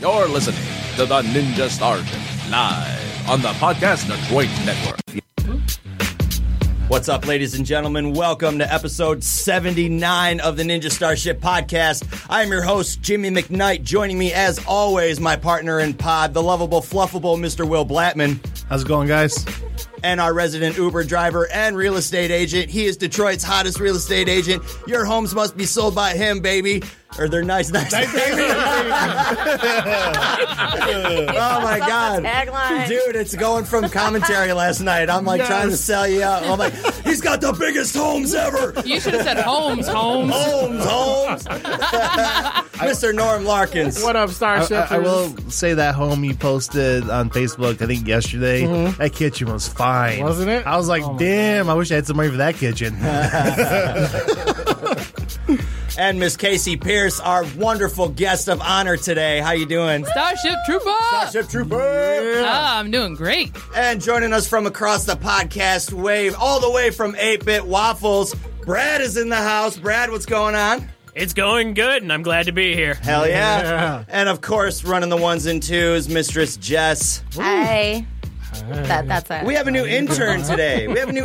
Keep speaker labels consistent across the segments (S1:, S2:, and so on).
S1: You're listening to the Ninja Sergeant live on the Podcast Detroit Network.
S2: What's up, ladies and gentlemen? Welcome to episode 79 of the Ninja Starship Podcast. I am your host, Jimmy McKnight. Joining me, as always, my partner in pod, the lovable, fluffable Mr. Will Blattman,
S3: How's it going, guys?
S2: and our resident Uber driver and real estate agent. He is Detroit's hottest real estate agent. Your homes must be sold by him, baby. Or they're nice, nice. Oh my
S4: That's
S2: god,
S4: the tagline.
S2: dude! It's going from commentary last night. I'm like trying to sell you out. I'm like, he's got the biggest homes ever.
S5: You should have said Holmes, Holmes.
S2: Holmes, Holmes, Mr. Norm Larkins.
S5: What up,
S3: I,
S5: Starship?
S3: I- I will say that home you posted on Facebook, I think yesterday, that kitchen was fine.
S5: Mm-hmm. Wasn't it? Oh
S3: I was like, damn, I wish I had some money for that kitchen.
S2: and Miss Casey Pierce, our wonderful guest of honor today. How you doing?
S5: Starship Trooper.
S2: Starship Trooper.
S5: Ah, I'm doing great.
S2: And joining us from across the podcast wave, all the way from 8-Bit Waffles, Brad is in the house. Brad, what's going on?
S6: It's going good, and I'm glad to be here.
S2: Hell yeah. And of course, running the ones and twos, Mistress Jess.
S4: Hi. That, that's it.
S2: We have a new intern today. We have a new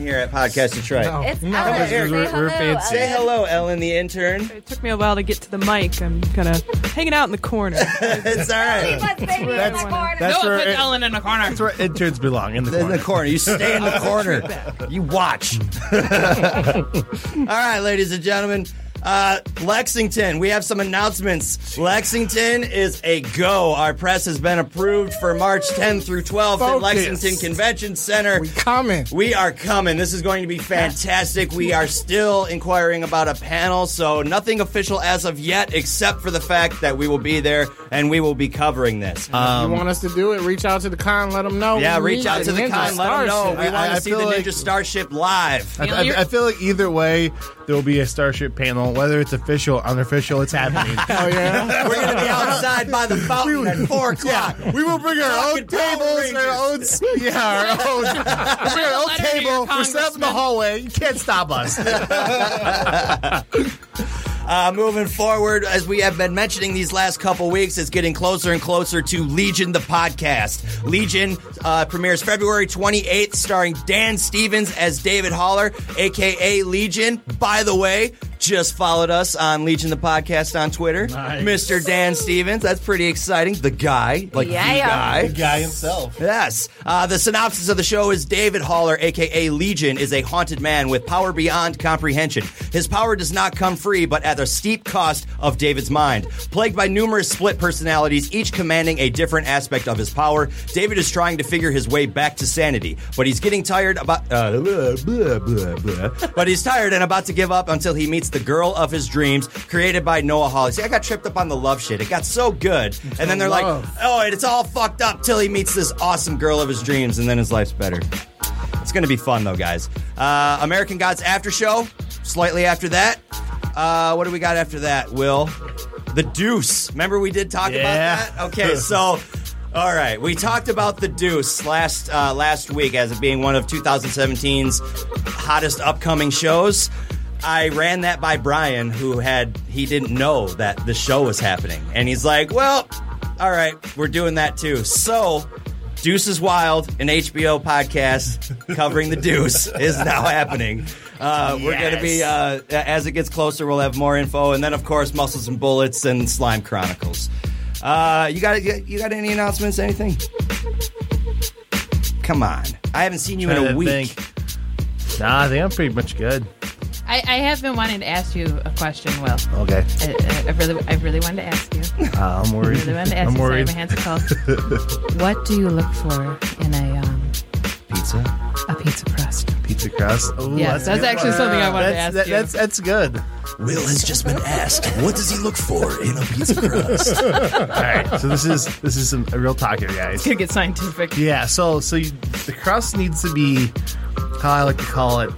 S2: here at Podcast Detroit.
S4: it's
S2: That was
S4: Ellen.
S2: because
S4: Say
S3: we're- we're
S4: hello,
S3: fancy.
S2: Say
S4: Ellen.
S2: hello, Ellen, the intern.
S7: It took me a while to get to the mic. I'm kind of hanging out in the corner.
S2: It's all right.
S4: Let's baby in the
S3: That's-
S4: corner.
S3: that's-
S5: no,
S3: where
S5: put
S3: it-
S5: Ellen in the corner.
S3: That's where interns belong, in the
S2: In
S3: corner. Mm.
S2: the corner. You stay in the corner. You watch. all right, ladies and gentlemen. Uh, Lexington, we have some announcements. Lexington is a go. Our press has been approved for March 10th through 12th at Lexington Convention Center.
S8: coming.
S2: We are coming. This is going to be fantastic. We are still inquiring about a panel, so nothing official as of yet, except for the fact that we will be there and we will be covering this. Um,
S8: you want us to do it? Reach out to the con, let them know.
S2: yeah,
S8: we
S2: reach
S8: need
S2: out
S8: it.
S2: to the
S8: Ninja
S2: con. Let them know.
S8: Starship.
S2: We
S3: I-
S2: want
S3: I
S2: to see the
S3: feel like-
S2: Ninja Starship live.
S3: I, I- I feel like either way, there will be a Starship panel, whether it's official, unofficial, it's happening.
S8: Oh yeah.
S2: We're going to be outside by the fountain at 4 o'clock.
S3: we will bring our own
S2: Fucking Power
S3: tables, and our own, s- yeah, our own, we'll bring our own
S5: Letter to your
S3: table. We're set up in the
S5: congressman.
S3: hallway. You can't stop us.
S2: Uh, moving forward, as we have been mentioning these last couple weeks, it's getting closer and closer to Legion the podcast. Legion uh, premieres February 28th, starring Dan Stevens as David Holler, aka Legion. By the way, just followed us on Legion the podcast on Twitter, Mr. Dan Stevens. That's pretty exciting. The guy, like the
S4: Yeah.
S2: guy.
S3: guy himself.
S2: Yes. Uh, the synopsis of the show is David Haller, aka Legion, is a haunted man with power beyond comprehension. His power does not come free, but at the steep cost of David's mind. Plagued by numerous split personalities, each commanding a different aspect of his power, David is trying to figure his way back to sanity, but he's getting tired about. Uh, blah, blah, blah, blah. but he's tired and about to give up until he meets the girl of his dreams, created by Noah Hawley. See, I got tripped up on the love shit. It got so good, and then they're like,
S8: love.
S2: oh, and it's all fucked up till he meets this awesome girl of his dreams, and then his life's better. It's gonna be fun though, guys. Uh, American Gods after show, slightly after that. Uh, what do we got after that? Will the Deuce? Remember we did talk
S3: Yeah.
S2: about that. Okay, so. All right, we talked about the Deuce last uh, last week as it being one of 2017's hottest upcoming shows. I ran that by Brian, who had he didn't know that the show was happening, and he's like, "Well, all right, we're doing that too." So, Deuce is Wild, an HBO podcast covering the Deuce, is now happening. Uh, We're going to be uh, as it gets closer, we'll have more info, and then of course, Muscles and Bullets and Slime Chronicles. Uh, you got you got any announcements? Anything? Come on, I haven't seen you in a
S3: Trying to
S2: week.
S3: think. Nah, I think I'm pretty much good.
S5: I, I have been wanting to ask you a question, Will.
S3: Okay.
S5: I, I, I really, I really wanted to ask you.
S3: Uh, I'm worried.
S5: I really wanted to ask
S3: I'm
S5: you. Sorry,
S3: worried.
S5: my hands are cold. what do you look for in a um,
S3: Pizza,
S5: a pizza crust?
S3: pizza crust. Ooh,
S5: Yeah,
S3: a
S5: that's
S3: good
S5: actually something I wanted to
S3: That's,
S5: ask
S3: that,
S5: you.
S3: that's that's good.
S1: Will has just been asked, what does he look for in a pizza crust?
S3: All right, so this is this is some a real talk here, guys.
S5: Could get scientific.
S3: Yeah, so so you, the crust needs to be how I like to call it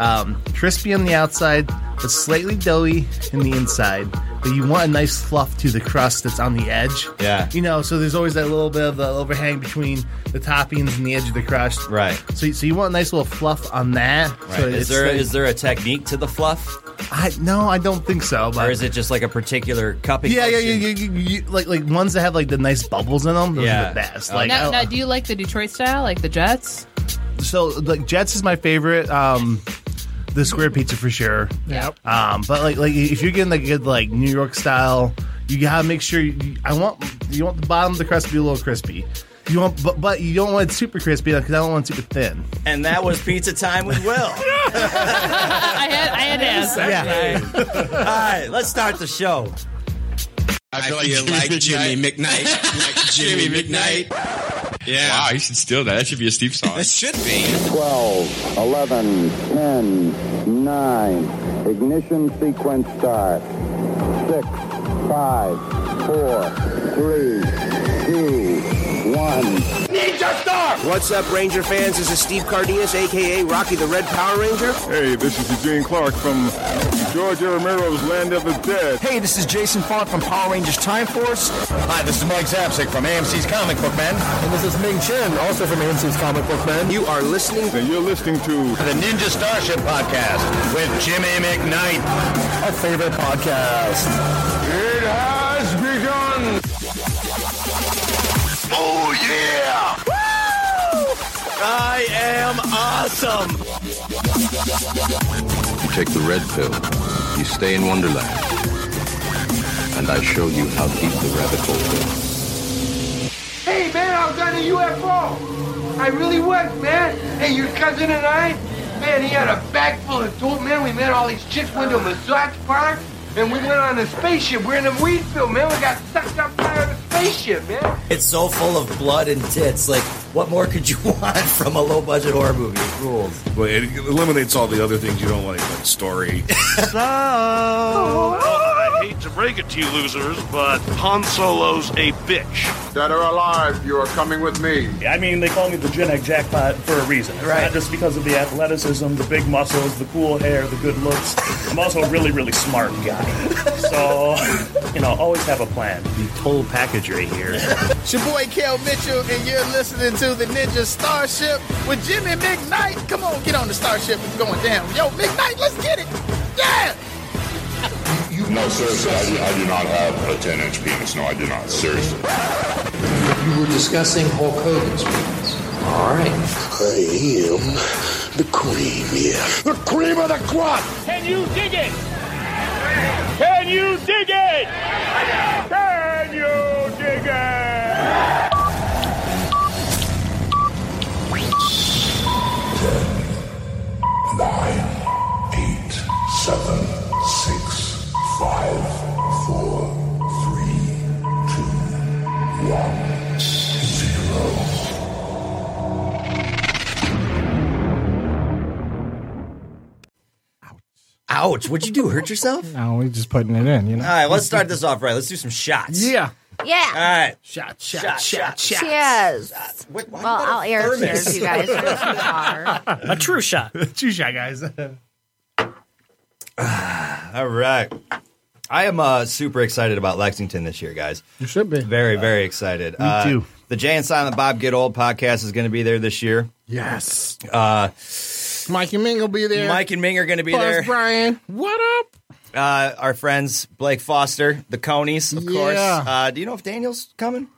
S3: um, crispy on the outside, but slightly doughy in the inside. But you want a nice fluff to the crust that's on the edge.
S2: Yeah.
S3: you know, so there's always that little bit of the overhang between the toppings and the edge of the crust.
S2: Right.
S3: So, so you want a nice little fluff on that.
S2: Right.
S3: So
S2: is
S3: it's
S2: there
S3: like-
S2: is there a technique to the fluff?
S3: I no, I don't think so. But
S2: Or is it just like a particular cupping?
S3: yeah, yeah, yeah,
S2: function?
S3: yeah, yeah, yeah, like like ones that have like the nice bubbles in them. Those
S2: Yeah.
S3: are the best.
S2: Oh.
S3: Like
S5: Now,
S3: I-
S5: now, do you like the Detroit style, like the Jets?
S3: so, like Jets is my favorite. Um, the square pizza for sure.
S5: Yep.
S3: Um, but like like if you're getting like a good like New York style, you gotta make sure you, I want you want the bottom of the crust to be a little crispy. You want, but, but you don't want it super crispy because I don't want it super thin.
S2: And that was pizza time with Will. All
S5: I had, I had to ask.
S3: Yeah,
S2: right, let's start the show.
S9: I feel, like, Jimmy McKnight. like Jimmy McKnight. Yeah. Wow, you should steal that. That should be a Steve song. It should be.
S10: 12, 11, 10, 9. Ignition sequence start. 6, 5, 4, 3, 2, 1.
S11: What's up, Ranger fans? This is Steve Cardenas, aka Rocky the Red Power Ranger.
S12: Hey, this is Eugene Clark from George Romero's Land of the Dead.
S11: Hey, this is Jason Font from Power Rangers Time Force.
S10: Hi, this is Mike Zapsik from AMC's Comic Book Man. And this is Ming Chen, also from AMC's Comic Book Man.
S11: You are listening.
S12: And you're listening to
S10: The Ninja Starship Podcast with Jimmy McKnight. Our favorite podcast.
S12: It Has Begun!
S10: Oh, yeah!
S2: I am awesome.
S9: You take the red pill, you stay in Wonderland, and I show you how deep the rabbit hole goes.
S11: Hey, man, I was on a UFO. I really was, man. Hey, your cousin and I, man, he had a bag full of dope, man. We met all these chicks, went to a massage park, and we went on a spaceship. We're in a weed field, man. We got sucked up by a spaceship, man.
S2: It's so full of blood and tits. Like, what more could you want from a low budget horror movie? It rules.
S13: Well, it eliminates all the other things you don't like, like story.
S14: Oh, I hate to break it to you losers, but Han Solo's a bitch.
S12: Dead or alive, you are coming with me.
S15: I mean, they call me the Gen X jackpot for a reason. It's Not just because of the athleticism, the big muscles, the cool hair, the good looks. I'm also a really, really smart guy. So, you know, always have a plan. The total package right here.
S8: It's your boy Kel Mitchell, and you're listening to the Ninja Starship with Jimmy McKnight. Come on, get on the Starship. It's going down. Yo, McKnight, let's get it. Yeah.
S16: No, seriously, I do, I do not have a 10 inch penis. No, I do not. Seriously.
S17: You were discussing Hulk Hogan's penis. All right. I am the cream, yeah.
S11: The cream of the crop.
S14: Can you dig it? Can you dig it? Can you dig it?
S16: Nine, eight, seven, six, five, four, three, two, one, zero.
S2: Ouch. What'd you do? Hurt yourself?
S8: No, we're just putting it in, you know.
S2: All right, let's start this off right. Let's do some shots.
S8: Yeah.
S2: All right.
S8: Shot,
S2: shot,
S8: shot, shot.
S4: Cheers.
S2: Wait, why
S4: well, I'll air
S2: thermos?
S4: cheers you guys. for what you are.
S6: A true shot.
S3: true shot, guys.
S2: All right. I am uh, super excited about Lexington this year, guys.
S8: You should be.
S2: Very, very excited. Me
S8: too.
S2: The Jay and Silent Bob Get Old podcast is going to be there this year.
S8: Yes.
S2: Uh,
S8: Mike and Ming will be there.
S2: Mike and Ming are going to be
S8: Buzz
S2: there.
S8: Brian, what up?
S2: Uh, our friends Blake Foster, the Conies, of course.
S8: Yeah.
S2: Uh, do you know if Daniel's coming?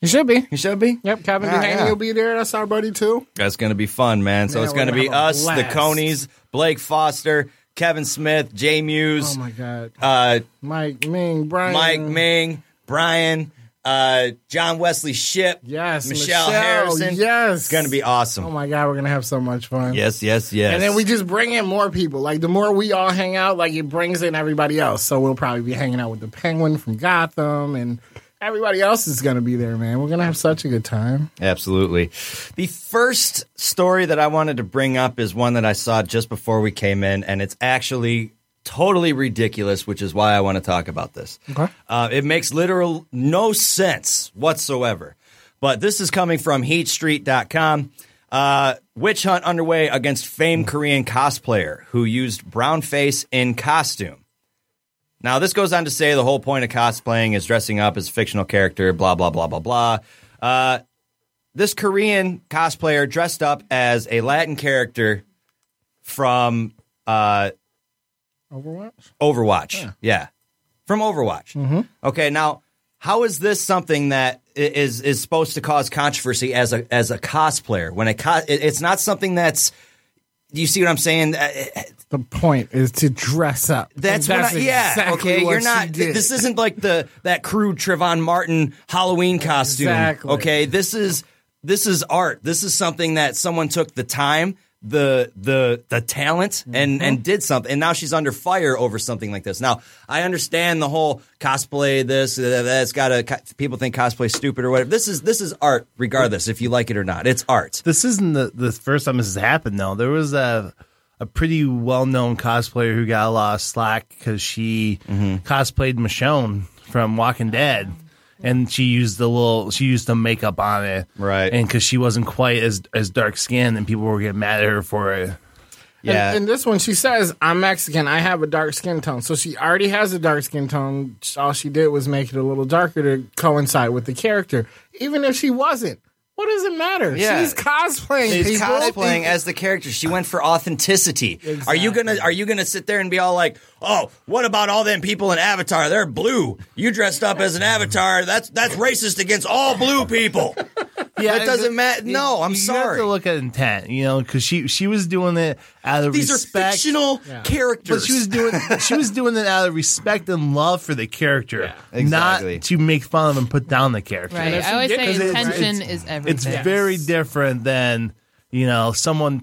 S8: He should be.
S2: He should be.
S8: Yep, Kevin
S2: Ah,
S8: Duhaney
S2: yeah.
S8: will be there. That's our buddy too.
S2: That's going to be fun, man. So
S8: Man,
S2: it's
S8: we're
S2: going to
S8: gonna
S2: be
S8: have a
S2: us, the
S8: blast.
S2: Conies, Blake Foster, Kevin Smith, Jay Muse,
S8: Oh my god.
S2: uh,
S8: Mike Ming, Brian,
S2: Mike Ming, Brian, uh, John Wesley Ship,
S8: yes,
S2: Michelle,
S8: Michelle,
S2: Harrison.
S8: yes.
S2: It's going to be awesome.
S8: Oh my god, we're gonna have so much fun.
S2: Yes, yes, yes.
S8: And then we just bring in more people. Like the more we all hang out, like it brings in everybody else. So we'll probably be hanging out with the Penguin from Gotham, and everybody else is gonna be there, man. We're gonna have such a good time.
S2: Absolutely. The first story that I wanted to bring up is one that I saw just before we came in, and it's actually totally ridiculous, which is why I want to talk about this.
S8: Okay.
S2: Uh, it makes literal no sense whatsoever. But this is coming from HeatStreet.com. Uh, witch hunt underway against famed Korean cosplayer who used brown face in costume. Now, this goes on to say the whole point of cosplaying is dressing up as a fictional character, blah, blah, blah, blah, blah. Uh, this Korean cosplayer dressed up as a Latin character from uh,
S8: Overwatch?
S2: Overwatch. Yeah. From Overwatch.
S8: Mhm.
S2: Okay, now how is this something that i- is is supposed to cause controversy as a as a cosplayer when it co- it- it's not something that's do you see what I'm saying? Uh,
S8: The point is to dress up.
S2: That's,
S8: And
S2: what I, yeah.
S8: exactly
S2: okay,
S8: what
S2: you're
S8: she
S2: not.
S8: did.
S2: This isn't like the that crude Trevon Martin Halloween costume.
S8: Exactly.
S2: Okay, this is this is art. This is something that someone took the time, the the the talent, and
S8: Mm-hmm.
S2: and did something. And now she's under fire over something like this. Now I understand the whole cosplay. This uh, that's got to people think cosplay stupid or whatever. This is this is art, regardless if you like it or not. It's art.
S3: This isn't the, the first time this has happened, though. There was a a pretty well known cosplayer who got a lot of slack because she cosplayed Michonne from Walking Dead, and she used the little she used the makeup on it, right? And because she wasn't quite as as dark skinned, and people were getting mad at her for it.
S8: And- And, this one, she says, I'm Mexican. I have a dark skin tone. So she already has a dark skin tone. All she did was make it a little darker to coincide with the character. Even if she wasn't, what does it matter?
S2: Yeah.
S8: She's cosplaying.
S2: She's
S8: people.
S2: cosplaying as the character. She went for authenticity. Are you gonna Are you gonna sit there and be all like, "Oh, what about all them people in Avatar? They're blue. You dressed up as an Avatar. That's that's racist against all blue people." Yeah, that doesn't matter. No, I'm
S3: you
S2: sorry.
S3: Have to look at intent, you know, because she she was doing it out of
S2: These are
S3: respect.
S2: fictional Yeah. characters.
S3: But she was doing she was doing it out of respect and love for the character,
S2: exactly.
S3: not to make fun of and put down the character.
S5: Right. I always say
S3: 'Cause it's-
S5: intention
S3: it's-
S5: is everything.
S3: It's very different than you know someone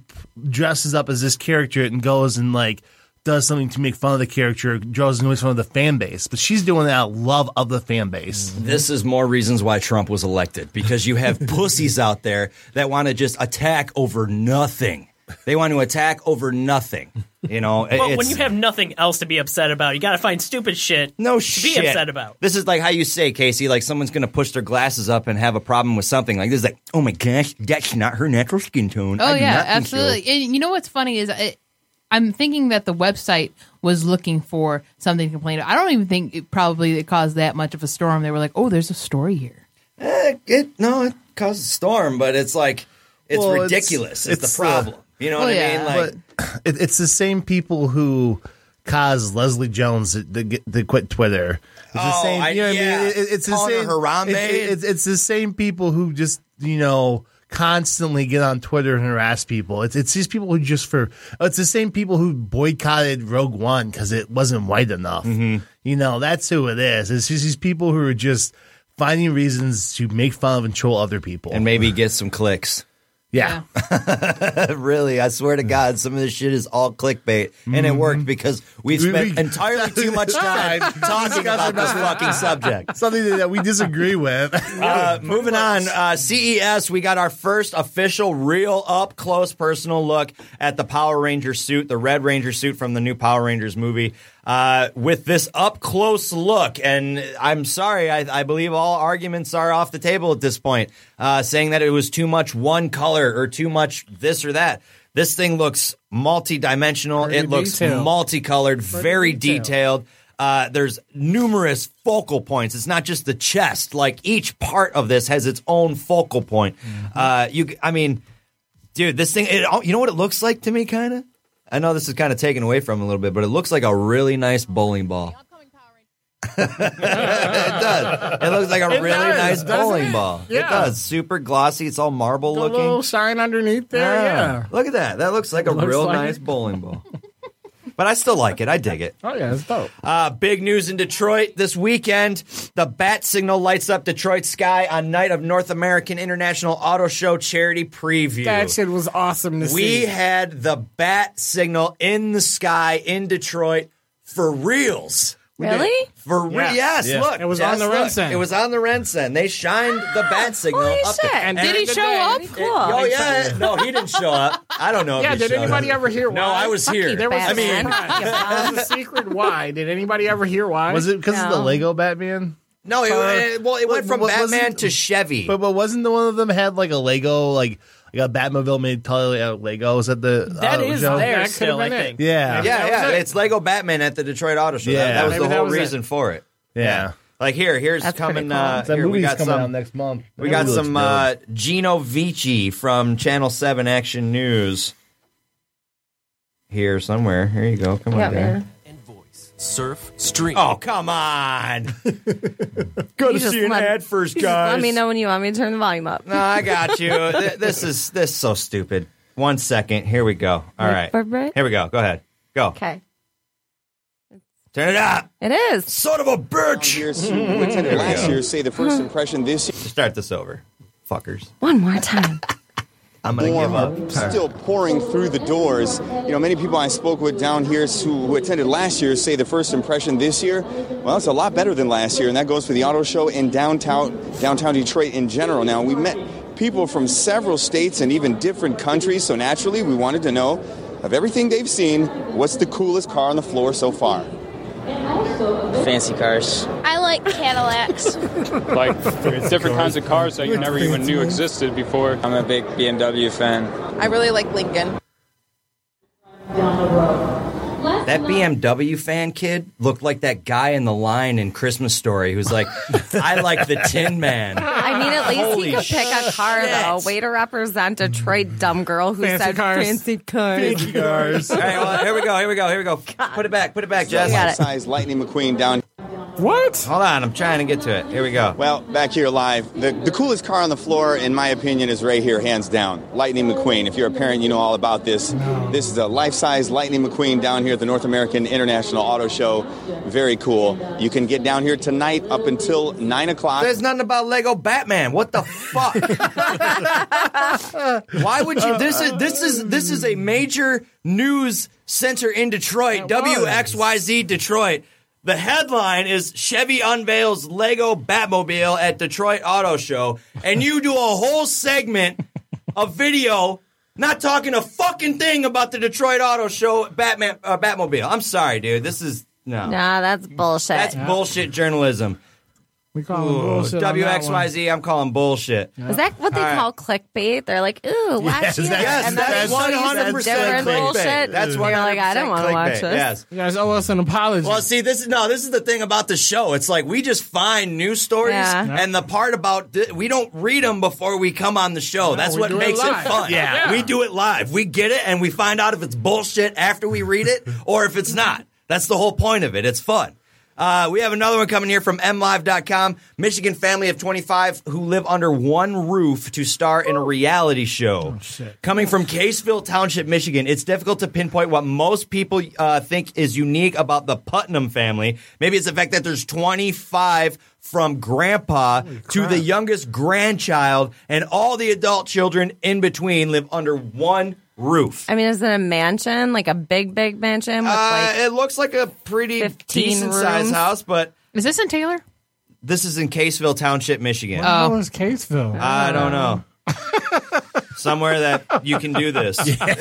S3: dresses up as this character and goes and like does something to make fun of the character, draws noise from the fan base. But she's doing it out of love of the fan base.
S2: This is more reasons why Trump was elected because you have pussies out there that want to just attack over nothing. They want to attack over nothing. You know,
S6: Well, when
S2: it's-
S6: you have nothing else to be upset about, you got to find stupid shit.
S2: No
S6: to
S2: shit.
S6: be upset about.
S2: This is like how you say, Casey, like someone's going to push their glasses up and have a problem with something. Like this is like, oh my gosh, that's not her natural skin tone.
S5: Oh
S2: I do
S5: yeah,
S2: not think so."
S5: absolutely. And you know what's funny is I, I'm thinking that the website was looking for something to complain about. I don't even think it probably it caused that much of a storm. They were like, "Oh, there's a story here."
S2: Eh, it, no, it causes storm, but it's like, it's
S5: Well, it's-
S2: ridiculous. It's,
S3: it's,
S2: the problem.
S3: uh,
S2: you know
S5: Well,
S2: what I
S5: oh, yeah.
S2: mean? Like,
S3: But it, it's the same people who caused Leslie Jones to, to, get- to quit Twitter. It's the
S2: Oh,
S3: same.
S2: I-
S3: you know what I
S2: yeah.
S3: mean? It- it- it's the
S2: Calling her
S3: same.
S2: Harambe.
S3: it- it- it's, it's the same people who just you know constantly get on Twitter and harass people. It's it's these people who just for it's the same people who boycotted Rogue One because it wasn't white enough.
S2: Mm-hmm.
S3: You know that's who it is. It's just these people who are just finding reasons to make fun of and troll other people.
S2: and maybe get some clicks.
S3: Yeah.
S2: really, I swear to God, some of this shit is all clickbait, and it worked because we've
S3: We-
S2: spent
S3: Mm-hmm. we-
S2: entirely too much time talking about this fucking subject.
S3: Something that we disagree with.
S2: Uh, moving on, uh, CES, we got our first official, real up close personal look at the Power Ranger suit, the Red Ranger suit from the new Power Rangers movie. Uh, with this up close look, and I'm sorry, I, I believe all arguments are off the table at this point, uh, saying that it was too much one color or too much this or that. This thing looks multi dimensional, it looks
S18: detailed.
S2: multicolored, very
S18: detailed.
S2: detailed detailed. Uh, there's numerous focal points. It's not just the chest. Like each part of this has its own focal point.
S8: Mm-hmm.
S2: Uh, you, g- I mean, dude, this thing. It, al- you know what it looks like to me, kind of. I know this is kind of taken away from a little bit, but it looks like a really nice bowling ball. it does. It looks like a
S8: It
S2: really
S8: does,
S2: nice
S8: doesn't
S2: bowling
S8: it?
S2: ball. It
S8: Yeah.
S2: does. Super glossy. It's all marble
S8: The
S2: looking.
S8: little shine underneath there.
S2: Yeah.
S8: Yeah.
S2: Look at that. That looks like a
S8: Looks
S2: real
S8: like
S2: nice bowling ball. but I still like it. I dig it.
S8: Oh, yeah, it's dope.
S2: Uh, big news in Detroit this weekend. The bat signal lights up Detroit sky on night of North American International Auto Show charity preview.
S8: That shit was awesome to see.
S2: we had the bat signal in the sky in Detroit for reals.
S8: We did. Really?
S2: For real?
S8: Yeah.
S2: Yes.
S8: Yeah.
S2: Look,
S8: It was
S2: yes,
S8: on the
S2: look.
S8: Rensen.
S2: It was on the Rensen. They shined the bat signal
S8: Holy
S2: up
S8: shit.
S2: there.
S8: And did he show up? Cool.
S2: Oh yeah. No, he didn't show up. I don't know.
S8: yeah,
S2: if he
S8: did
S2: showed
S8: anybody
S2: up.
S8: ever hear why?
S2: No, I was
S8: Fuck you,
S2: here.
S8: There was,
S2: I mean,
S8: there was a secret why. Did anybody ever hear why?
S3: Was it because of the Lego Batman?
S2: No, it, it- well, it went from
S3: Wa- wasn't-
S2: Batman to Chevy.
S3: But but wasn't the one of them had like a Lego like like a Batmobile made uh, totally out of Legos at the
S6: That
S3: auto
S6: is
S3: show?
S6: there still, I think.
S3: Yeah.
S2: yeah, yeah. It's Lego Batman at the Detroit Auto Show.
S3: Yeah.
S2: That, that was
S3: Maybe
S2: the
S3: that
S2: whole
S3: was it.
S2: reason for it.
S3: Yeah.
S2: Like here, here's
S3: That's pretty
S2: coming.
S3: cool.
S2: Uh,
S3: That
S2: here, we
S3: movie's
S2: got
S3: coming
S2: some,
S3: out next month.
S2: We
S3: That
S2: got
S3: movie looks
S2: some
S3: dope.
S2: uh, Gino Vici from Channel Seven Action News here somewhere. Here you go. Come on, guy.
S18: surf, stream.
S2: Oh, come on.
S13: Go
S2: to
S13: see
S2: an ad first, guys.
S19: Let me know when you want me to turn the volume up.
S2: Uh, No, I got you. Th- this is this is so stupid. One second. Here we go. All right.
S19: Reverberate?
S2: Here we go. Go ahead. Go.
S19: Okay.
S2: Turn it up.
S19: It is.
S2: Son of a bitch. Here we
S18: last
S2: go.
S18: year, say the first impression this year.
S2: Start this over. Fuckers.
S19: One more time.
S2: I'm going to give
S18: Warm,
S2: up.
S18: Still pouring through the doors. You know, many people I spoke with down here who, who attended last year say the first impression this year, well, it's a lot better than last year, and that goes for the auto show in downtown downtown Detroit in general. Now we met people from several states and even different countries, so naturally we wanted to know of everything they've seen, what's the coolest car on the floor so far? Fancy cars.
S20: I like Cadillacs.
S21: like different kinds of cars that you never even knew existed before. I'm a big BMW fan.
S22: I really like Lincoln.
S2: That BMW fan kid looked like that guy in the line in Christmas Story who's like, I like the Tin Man.
S19: I mean, at least
S2: Holy
S19: he could pick a car, though. Way to represent Detroit dumb girl who
S2: Fancy
S19: said
S2: cars.
S19: fancy cars.
S2: All right, well, here we go. Here we go. Here we go. Put it back. Put it back, Jess.
S18: Size Lightning McQueen down.
S2: What? Hold on. I'm trying to get to it. Here we go.
S18: Well, back here live, the, the coolest car on the floor, in my opinion, is right here, hands down. Lightning McQueen. If you're a parent, you know all about this. This is a life size Lightning McQueen down here at the North American International Auto Show. Very cool. You can get down here tonight up until 9 o'clock.
S2: There's nothing about Lego Batman. What the fuck? Why would
S3: Uh,
S19: Uh,
S2: you? This is this is this is
S19: um,
S2: a major news center in Detroit. WXYZ Detroit. The headline is Chevy unveils Lego Batmobile at Detroit Auto Show, and you do a whole segment of video not talking a fucking thing about the Detroit Auto Show Batman uh, Batmobile. I'm sorry, dude. This is no.
S19: Nah, that's bullshit.
S2: That's bullshit journalism.
S8: We
S19: call them bullshit on that one.
S2: WXYZ, I'm calling bullshit.
S19: Is that what they
S2: All right.
S19: call clickbait? They're like, ooh, watch
S2: Yes,
S19: this.
S2: that's-
S19: and then
S2: that's
S19: they show you some
S2: 100%
S19: different
S2: clickbait.
S19: bullshit. and
S2: That's
S19: you're like, I don't want to watch
S2: 100%
S19: this.
S2: Yes.
S8: You guys owe us an apology.
S2: Well, see, this is no. This is the thing about the show. It's like we just find news stories,
S19: Yeah. Yeah.
S2: and the part about th- we don't read them before we come on the show. That's
S8: we
S2: what
S8: do it
S2: makes it,
S8: live.
S2: fun.
S8: Yeah. Yeah.
S2: we do it live. We get it, and we find out if it's bullshit after we read it or if it's not. That's the whole point of it. It's fun. Uh, we have another one coming here from mlive.com. Michigan family of 25 who live under one roof to star in a reality
S8: Oh,
S2: show. Coming from Caseville Township, Michigan, it's difficult to pinpoint what most people uh, think is unique about the Putnam family. Maybe it's the fact that there's 25 from grandpa to the youngest grandchild, and all the adult children in between live under one roof.
S19: I mean, is it a mansion? Like a big, big mansion? With
S2: Uh,
S19: like,
S2: it looks like a pretty
S19: 15
S2: decent sized
S19: rooms?
S2: house, but
S5: Is this in Taylor?
S2: this is in Caseville Township, Michigan.
S8: What was Caseville?
S2: I don't know. Somewhere that you can do this.
S19: all right,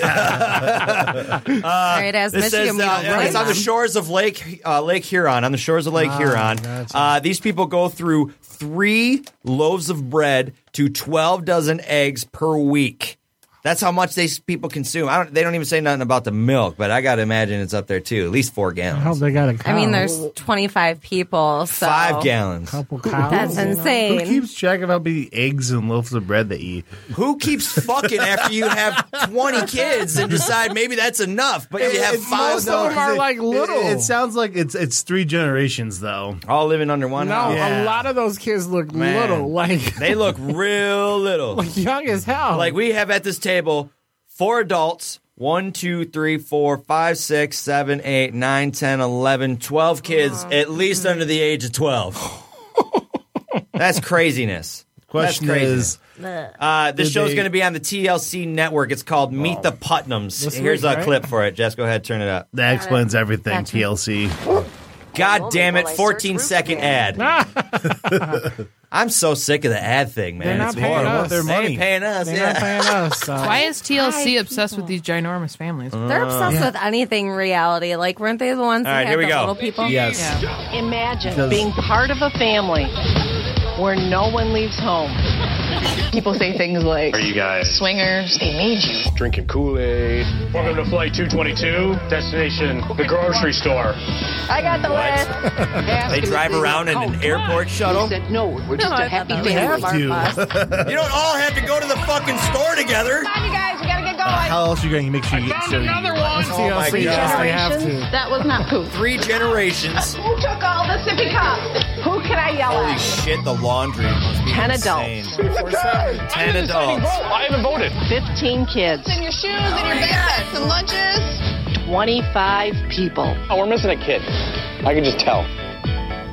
S19: as
S2: This
S19: Michigan,
S2: says,
S19: we
S2: uh,
S19: don't
S2: it's on the
S19: them.
S2: shores of Lake uh, Lake Huron. On the shores of
S8: Ah,
S2: Lake Huron, uh, these people go through three loaves of bread to twelve dozen eggs per week. That's how much these people consume. I don't, they don't even say nothing about the milk, but I got to imagine it's up there too. At least four
S8: I
S2: gallons,
S8: hope they got a
S19: I mean, there's 25 people. So.
S2: five gallons.
S19: That's
S3: Who
S19: insane.
S3: keeps track of how many eggs and loaves of bread they eat?
S2: Who keeps fucking after you have twenty kids and decide maybe that's enough? But you have five.
S8: are, like,
S3: It-
S8: little.
S3: It, it sounds like it's it's three generations though.
S2: All living under one
S8: No, a lot of those kids look
S3: Man.
S8: little, like
S2: They look real little.
S8: like young as hell.
S2: Like we have at this table four adults. One, two, three, four, five, six, seven, eight, nine, ten, eleven, twelve kids, at least under the age of 12. That's craziness.
S3: Question
S2: That's craziness.
S3: is,
S2: uh, this
S3: did
S2: show's
S3: they- Oh.
S2: going to be on the TLC network. It's called Meet the Putnams.
S3: This
S2: Here's
S3: week,
S2: a
S3: right?
S2: clip for it. Jess, go ahead, turn it up.
S3: that explains everything. TLC.
S2: God damn it, 14 second ad. I'm so sick of the ad thing, man.
S8: They're not
S2: it's
S8: paying
S2: horrible.
S8: us.
S2: They ain't paying us.
S8: They're
S2: yeah.
S8: not paying us. so-
S5: Why is TLC obsessed with these ginormous families?
S19: They're obsessed with anything reality. Like, weren't they the ones
S5: Uh. All right,
S19: that had
S5: here we
S19: the
S5: go.
S19: little people?
S5: Yes.
S23: Imagine
S19: Does-
S23: being part of a family where no one leaves home. People say things like,
S14: you guys?
S23: swingers, they need you.
S14: Drinking Kool Aid. Welcome to Flight 222, destination the grocery store.
S23: I got the list.
S2: They drive around in an airport shuttle.
S23: no, we're just a happy family.
S2: you don't all have to go to the fucking store together.
S23: Come on, you guys, we gotta get going.
S3: how else are you going to make sure you get so another
S14: one!
S1: Oh
S3: TLC,
S14: Three
S3: yes, they have
S14: generations?
S3: to.
S23: That was not poop.
S2: Three generations.
S23: Who took all the sippy cups? Who can I yell
S2: Holy
S23: at?
S2: shit, the laundry must be
S23: Ten
S2: insane.
S23: adults.
S2: Ten adults.
S23: I haven't voted. Fifteen kids. And your shoes and your backpacks and lunches. Twenty-five people. Oh, we're missing a kid.
S1: I can just tell.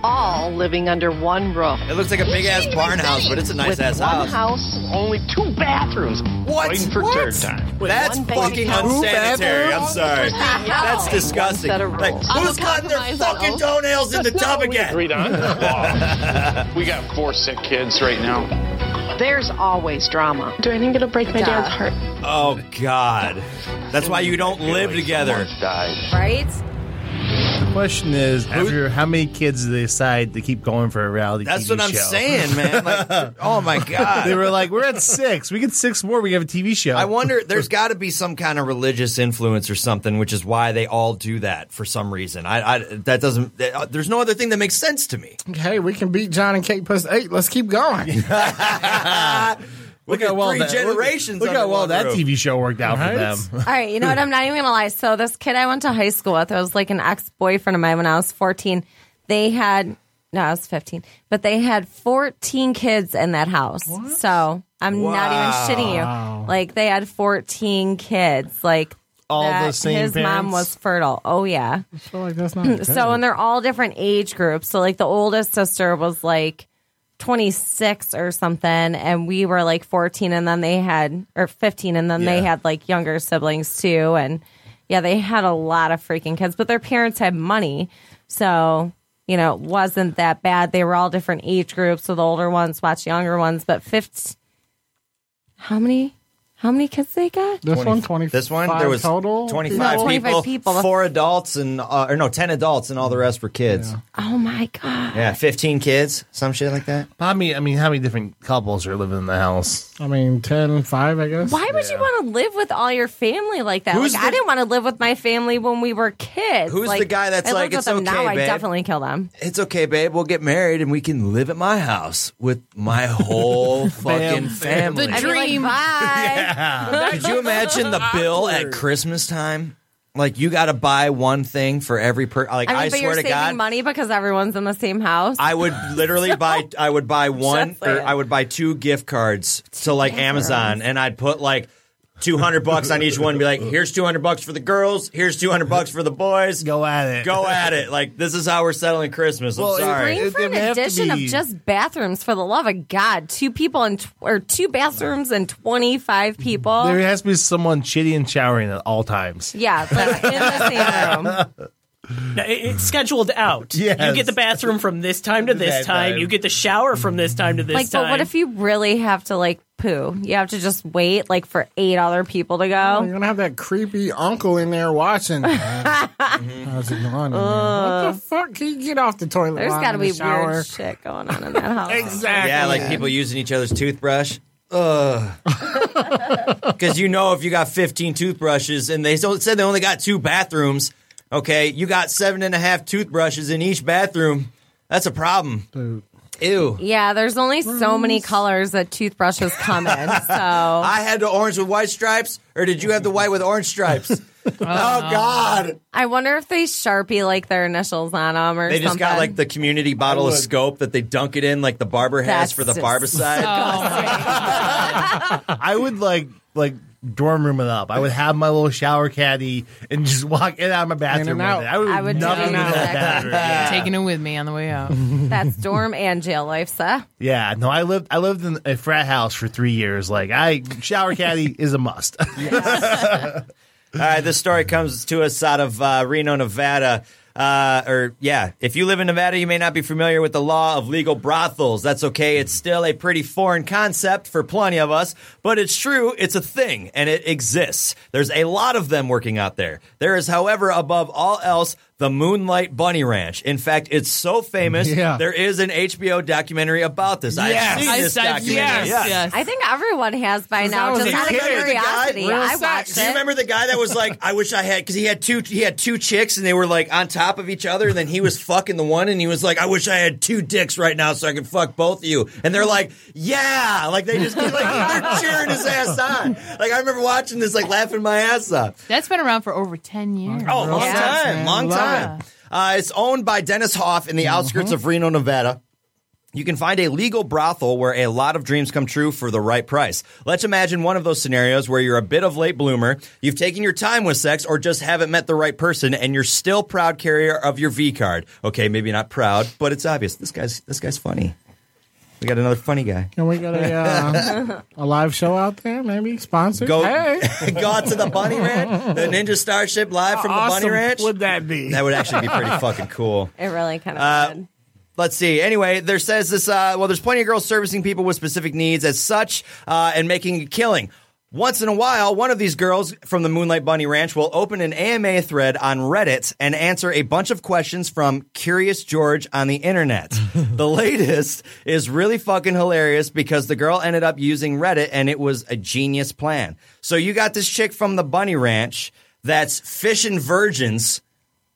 S23: All living under one roof.
S2: It looks like a big ass barn house, but it's a nice
S23: With
S2: ass
S23: one
S2: house.
S23: house, only two bathrooms.
S2: What?
S1: Waiting for
S2: What?
S1: third time.
S23: With
S2: That's
S23: one baby
S2: fucking
S23: towel.
S2: unsanitary. I'm sorry. That's disgusting.
S1: One set of
S2: Like,
S1: rules.
S2: who's
S1: I'm a
S2: gotten their
S1: compromise on
S2: fucking
S1: oath.
S2: toenails in the
S1: That's
S2: tub
S1: not what we
S2: again?
S1: agreed on. Wow. we got four sick kids right now.
S23: There's always drama. Do I think it'll break
S1: my dad's
S23: heart?
S2: Oh God. That's why you don't live together.
S19: Right?
S3: The question is, after how many kids do they decide to keep going for a reality
S2: That's
S3: TV
S2: what I'm
S3: show?
S2: saying, man. Like, oh my God.
S3: they were like, we're at six. We get six more. We have a TV show.
S2: I wonder. There's got to be some kind of religious influence or something, which is why they all do that for some reason. I, I that doesn't. that- uh, There's no other thing that makes sense to me.
S8: Hey, we can beat John and Kate plus eight. Let's keep going.
S2: Look at three
S3: that-
S2: generations.
S3: Look, look how
S2: under
S3: well
S2: one
S3: that
S2: roof.
S3: TV show worked out for them.
S19: All right, you know what? I'm not even gonna lie. So this kid I went to high school with, it was like an ex boyfriend of mine when I was 14. They had no, I was 15, but they had 14 kids in that house. So I'm
S3: Wow.
S19: not even shitting you. Like they had 14 kids. Like
S3: All the
S19: that-
S3: same
S19: His mom
S3: parents?
S19: was fertile. Oh yeah.
S8: feel like that's not
S19: so and they're all different age groups. So like the oldest sister was like 26 or something and we were like 14 and then they had or 15 and then they had like younger siblings too and yeah, they had a lot of freaking kids, but their parents had money. So, you know, it wasn't that bad. They were all different age groups, so the older ones watched the younger ones, but 15 How many how many kids they got?
S8: This one, 20,
S2: This one, there was
S8: total.
S2: 25,
S19: No, 25
S2: people,
S19: people.
S2: four adults and uh, or no, ten adults and all the rest were kids.
S19: Oh my god.
S2: Yeah, fifteen kids, some shit like that.
S3: I mean, I mean, how many different couples are living in the house?
S8: I mean, 10, 5, I guess.
S19: Why would you want to live with all your family like that?
S8: Who's
S19: like,
S8: the-
S19: I didn't want to live with my family when we were kids.
S2: Who's
S19: Like,
S2: the guy that's
S19: I
S2: like,
S19: lived with
S2: "It's
S19: them now,
S2: okay,
S19: I
S2: babe."
S19: definitely kill them.
S2: It's okay, babe. We'll get married and we can live at my house with my whole fucking family.
S19: I'd be like, Bye.
S2: Could you imagine the bill at Christmas time? Like you got to buy one thing for every per. Like
S19: I
S2: I,
S19: mean, but
S2: swear
S19: you're
S2: to
S19: saving
S2: God,
S19: money because everyone's in the same house.
S2: I would literally buy. I would buy one or
S19: saying.
S2: I would buy two gift cards to like Amazon, and I'd put like. 200 bucks on each one and be like here's 200 bucks for the girls here's 200 bucks for the boys
S3: go at it
S2: go at it like this is how we're settling christmas i'm
S3: Well, it-
S2: sorry
S19: Bring for an addition of just bathrooms for the love of God. Two people and tw- or two bathrooms and twenty five people.
S3: There has to be someone shitty and showering at all times.
S19: yeah, like in the same room.
S6: No, it- it's scheduled out.
S3: Yes.
S6: You get the bathroom from this time to
S3: That
S6: this time.
S3: time.
S6: You get the shower from this time to this
S19: Like,
S6: time.
S19: but what if you really have to like poo? You have to just wait like for eight other people to
S3: Oh,
S19: go.
S8: You're gonna have that creepy uncle in there watching. How's it going? in there? what the fuck? Can you get off the toilet?
S19: There's
S8: while I'm
S19: gotta
S8: in the
S19: be
S8: shower?
S19: weird shit going on in that house.
S8: exactly.
S2: yeah like
S8: Yeah.
S2: people using each other's toothbrush Ugh. Because you know, if you got 15 toothbrushes and they so- said they only got two bathrooms, okay, you got seven and a half toothbrushes in each bathroom. That's a problem. Ew.
S19: Yeah, there's only so many colors that toothbrushes come in. So
S2: I had the orange with white stripes, or did you have the white with orange stripes? oh, God.
S19: I wonder if they sharpie like their initials on them or
S2: They just
S19: something.
S2: got like the community bottle of scope that they dunk it in, like the barber has
S19: That's
S2: for the
S19: just
S2: barbicide.
S3: I would like like dorm room it up. I would have my little shower caddy and just walk in out of my bathroom.
S8: and
S3: with
S8: out.
S3: it. I would,
S19: I would
S3: not
S19: do
S3: leave
S19: that.
S3: that bathroom.
S5: Taking it with me on the way out.
S19: That's dorm and jail life, sir.
S3: Yeah, no, I lived I lived in a frat house for three years. Like I shower caddy is a must.
S2: All right, this story comes to us out of uh, Reno, Nevada. Uh, or yeah, if you live in Nevada, you may not be familiar with the law of legal brothels. That's okay. It's still a pretty foreign concept for plenty of us, but it's true. It's a thing and it exists. There's a lot of them working out there. There is, however, above all else, the Moonlight Bunny Ranch. In fact, it's so famous.
S3: Yeah.
S2: There is an HBO documentary about this. I've seen this documentary. Yes.
S19: I think everyone has by
S2: Because I
S19: now.
S2: was
S19: Just
S2: a
S19: out of
S2: kid.
S19: curiosity, I watched
S2: Do you
S19: it.
S2: remember the guy that was like, "I wish I had"? Because he had two, he had two chicks, and they were like on top of each other. And then he was fucking the one, and he was like, "I wish I had two dicks right now, so I could fuck both of you." And they're like, "Yeah!" Like they just like they're cheering his ass on. Like I remember watching this, like laughing my ass up.
S5: That's been around for over 10 years.
S2: Oh, long time, long
S5: Love
S2: time. Uh, it's owned by Dennis Hoff in the outskirts of Reno, Nevada. You can find a legal brothel where a lot of dreams come true for the right price. Let's imagine one of those scenarios where you're a bit of late bloomer, you've taken your time with sex, or just haven't met the right person, and you're still proud carrier of your V card. Okay, maybe not proud, but it's obvious. This guy's this guy's funny. We got another funny guy.
S8: Can we get a, uh, a live show out there? Maybe sponsored.
S2: Go,
S8: Hey.
S2: go out to the Bunny Ranch, the Ninja Starship live
S8: How
S2: from the Bunny
S8: awesome
S2: Ranch.
S8: Would that be?
S2: That would actually be pretty fucking cool.
S19: It really kind of.
S2: Uh, let's see. Anyway, there says this. Uh, well, there's plenty of girls servicing people with specific needs as such, uh, and making a killing. Once in a while, one of these girls from the Moonlight Bunny Ranch will open an AMA thread on Reddit and answer a bunch of questions from Curious George on the internet. the latest is really fucking hilarious because the girl ended up using Reddit and it was a genius plan. So you got this chick from the Bunny Ranch that's fishing virgins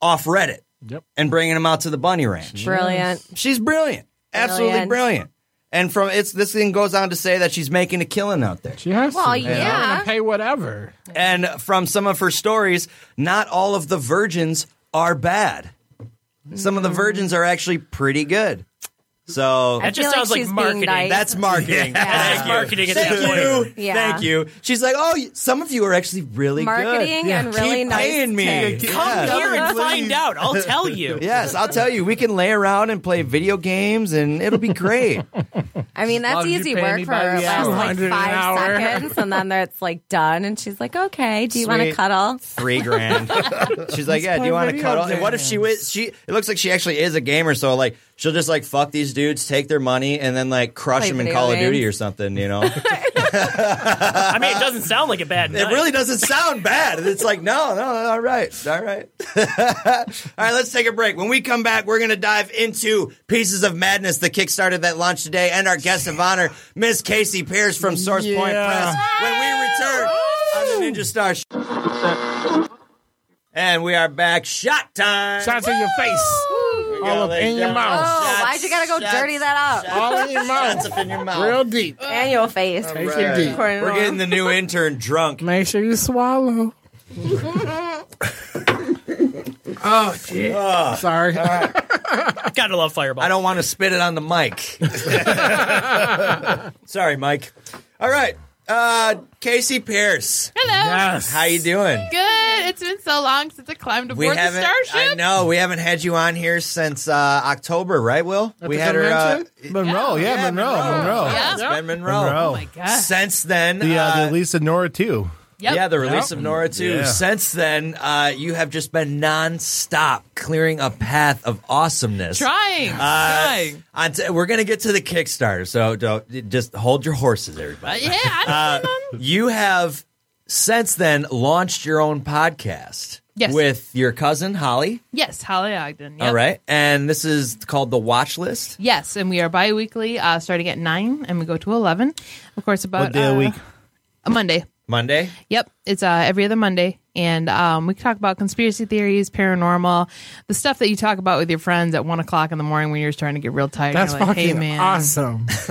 S2: off Reddit
S8: Yep.
S2: and bringing them out to the bunny ranch.
S19: Brilliant.
S2: She's brilliant. Absolutely brilliant. And from it's this thing goes on to say that she's making a killing out there. She
S8: has
S19: Well, yeah.
S8: Pay whatever.
S2: And from some of her stories, not all of the virgins are bad. Some
S19: Mm-hmm.
S2: of the virgins are actually pretty good. So
S6: That just I feel like sounds like she's being marketing. nice.
S2: That's
S6: Yeah.
S2: marketing.
S6: That's
S2: Thank you.
S6: marketing at
S2: Thank
S6: that
S2: you.
S6: point.
S19: Yeah.
S2: Thank you. She's like, oh, some of you are actually really good.
S19: Marketing and
S2: Keep
S19: really nice
S2: paying me.
S19: tips.
S6: Come
S2: Yeah.
S6: here and find out. I'll tell you.
S2: yes, I'll tell you. We can lay around and play video games, and it'll be great.
S19: I mean, that's
S2: long as you
S19: easy
S2: pay
S19: work
S2: me
S19: for
S2: by
S19: her.
S2: the
S19: It lasts like
S2: 200 an
S19: five
S2: hour.
S19: seconds, and then there- it's like done, and she's like, "Okay, do you want to
S2: Sweet.
S19: cuddle?"
S2: Three grand. She's
S19: Let's
S2: like, yeah. Do you
S19: play
S2: want to
S19: video
S2: cuddle? And what if she was? She it looks like she actually is a gamer. So like, she'll just like fuck these dudes, take their money, and then like crush
S6: Play
S2: them in
S6: video
S2: Call of Duty
S6: games.
S2: or something. You know, it
S6: I mean, it doesn't sound like a bad. Night.
S2: really doesn't sound bad. It's like, no, no, no, all right, all right, all right. Let's take a break. When we come back, we're gonna dive into Pieces of Madness, the Kickstarter that launched today, and our guest of honor, Miss Casey Pierce from Source Point
S14: Yeah.
S2: Press. When we return on the Ninja Star. And we are back. Shot time.
S8: Shots in your face. All up in your mouth.
S19: Oh, why'd you gotta go dirty that up?
S8: All in your mouth. Shots
S2: up in your mouth.
S8: Real deep.
S19: And your face.
S8: Take it deep.
S2: We're getting the new intern drunk.
S8: Make sure you swallow.
S2: Oh, shit.
S8: Sorry.
S2: Gotta love Fireball. I don't want to spit it on the mic. Sorry, Mike. All right. Uh, Casey Pierce.
S5: Hello. Yes.
S2: How you doing?
S5: Good. It's been so long since I climbed
S2: We
S5: aboard the
S2: haven't.
S5: starship.
S2: I know we haven't had you on here since uh, October, right? Will
S3: At
S2: we
S3: the
S2: had her uh,
S3: Monroe, yeah, Monroe, Monroe.
S2: Yeah. Oh It's Ben Monroe.
S5: Oh
S3: Monroe.
S2: Since then,
S3: The,
S2: uh,
S3: uh, the release of Nora too.
S2: Yeah, the release of Nora too.
S3: Yeah.
S2: Since then, uh, you have just been nonstop clearing a path of awesomeness. Uh,
S5: Trying, trying.
S2: on t- we're gonna get to the Kickstarter, so don't, just hold your horses, everybody.
S5: Uh, yeah, I
S2: Uh, you have since then launched your own podcast
S5: Yes.
S2: with your cousin Holly.
S5: yes, Holly Ogden. Yep.
S2: All right, and this is called the Watch List.
S5: Yes, and we are bi-weekly, uh, starting at 9, and we go to 11. Of course, about
S2: What day of
S5: uh,
S2: the week?
S5: a Monday.
S2: Monday.
S5: Yep, it's uh, every other Monday, and um, we talk about conspiracy theories, paranormal, the stuff that you talk about with your friends at one o'clock in the morning when you're starting to get real tired.
S8: That's
S5: You're like,
S8: fucking
S5: hey, man.
S8: awesome.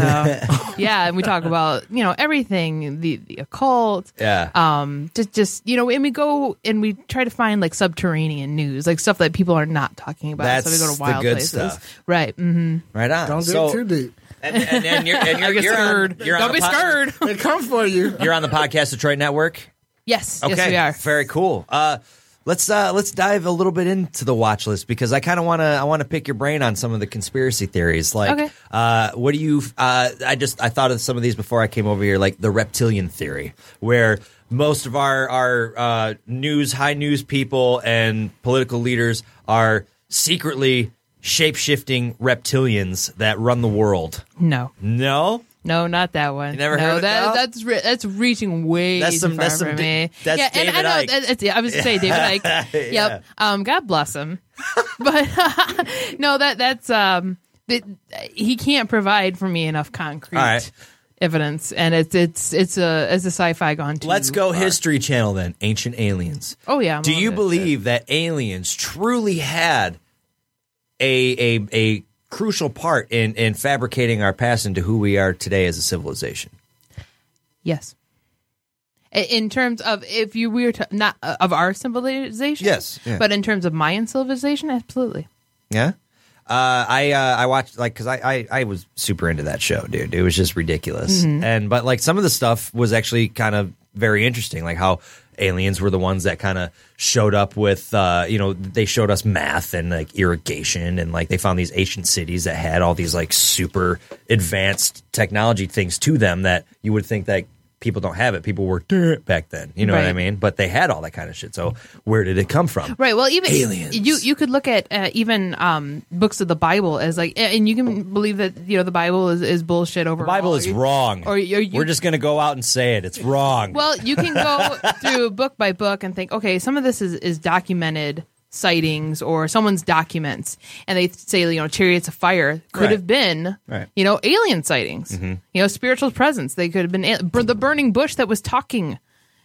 S5: yeah, and we talk about you know everything, the the occult.
S2: Yeah.
S5: Um. Just just you know, and we go and we try to find like subterranean news, like stuff that people are not talking about. so we go
S2: That's
S5: to
S2: the
S5: wild
S2: good
S5: places.
S2: stuff.
S5: Right. Mm-hmm.
S2: Right on.
S8: Don't do
S2: So-
S8: it too deep.
S2: And, and, and you're, and you're,
S8: I get
S2: you're
S8: scared.
S2: On, you're on
S8: Don't
S2: the
S8: be
S2: pod-
S8: scared. They come for you.
S2: You're on the podcast Detroit Network.
S5: Yes.
S2: Okay.
S5: Yes, we are.
S2: Very cool. Uh, let's uh, let's dive a little bit into the watch list because I kind of want to I want to pick your brain on some of the conspiracy theories. Like,
S5: Okay.
S2: uh, what do you? Uh, I just I thought of some of these before I came over here, like the reptilian theory, where most of our our uh, news high news people and political leaders are secretly shape shifting reptilians that run the world.
S5: No.
S2: No.
S5: No, not that one. You
S12: never
S5: no,
S12: heard of
S5: that?
S12: that?
S5: That's re- that's reaching way
S12: That's
S5: too
S12: some-
S5: far
S12: that's some
S5: for
S12: Da-
S5: me.
S12: that's
S5: yeah, and I
S12: David
S5: know
S12: Ike.
S5: That, that's- yeah, I was gonna say David Ike. Yep.
S12: Yeah.
S5: Um, God bless him. But no, that that's um, that, he can't provide for me enough concrete
S12: All right.
S5: evidence, and it's it's it's a it's a sci-fi gone too.
S2: Let's go
S5: far.
S2: History Channel then. Ancient aliens.
S5: Oh yeah. I'm
S2: Do
S5: on
S2: you
S5: that.
S2: believe that aliens truly had a a a crucial part in in fabricating our past into who we are today as a civilization?
S5: Yes. I- In terms of if you we were to, not uh, of our civilization,
S2: Yes, yeah.
S5: but in terms of Mayan civilization, absolutely.
S2: Yeah. Uh, I uh, I watched like because I, I I was super into that show, dude. It was just ridiculous,
S5: Mhm.
S2: and but like some of the stuff was actually kind of very interesting, like how aliens were the ones that kind of showed up with uh, you know they showed us math and like irrigation and like they found these ancient cities that had all these like super advanced technology things to them that you would think that people don't have it. People were "Duh," back then, you know what I
S5: Right.
S2: mean? But they had all that kind of shit. So where did it come from?
S5: Right. Well, even
S2: Aliens.
S5: you you could look at uh, even um, books of the Bible as like, a- and you can believe that you know the Bible is, is bullshit over.
S2: The Bible is wrong.
S5: or you- you-
S2: We're just going to go out and say it. It's wrong.
S5: Well, you can go through book by book and think, okay, some of this is, is documented sightings or someone's documents, and they say, you know, chariots of fire could
S2: Right.
S5: have been,
S2: Right. Mm-hmm.
S5: you know, alien sightings. You know, spiritual presence. They could have been al- bur- the burning bush that was talking.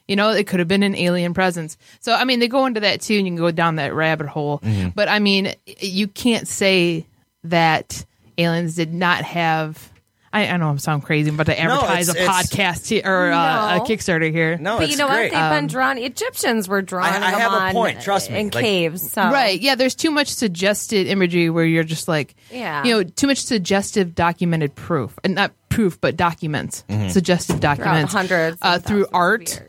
S5: You know, it could have been an alien presence. So, I mean, they go into that too, and you can go down that rabbit hole.
S2: Mhm.
S5: But I mean, you can't say that aliens did not have. I, I know I'm sound crazy, but to advertise
S2: it's-
S5: a
S2: it's-
S5: podcast here, or uh,
S19: No.
S5: a Kickstarter here.
S2: No,
S19: but you know what? They've been
S5: Um,
S19: drawn. Egyptians were drawing
S5: I
S19: them
S5: have a
S19: on
S5: point, trust me.
S19: in
S5: Like-
S19: caves. So.
S5: Right. Yeah, there's too much suggested imagery where you're just like,
S19: Yeah.
S5: you know, too much suggestive documented proof. And not proof, but documents.
S19: Mhm.
S5: Suggestive documents.
S19: hundreds
S5: Uh, through art.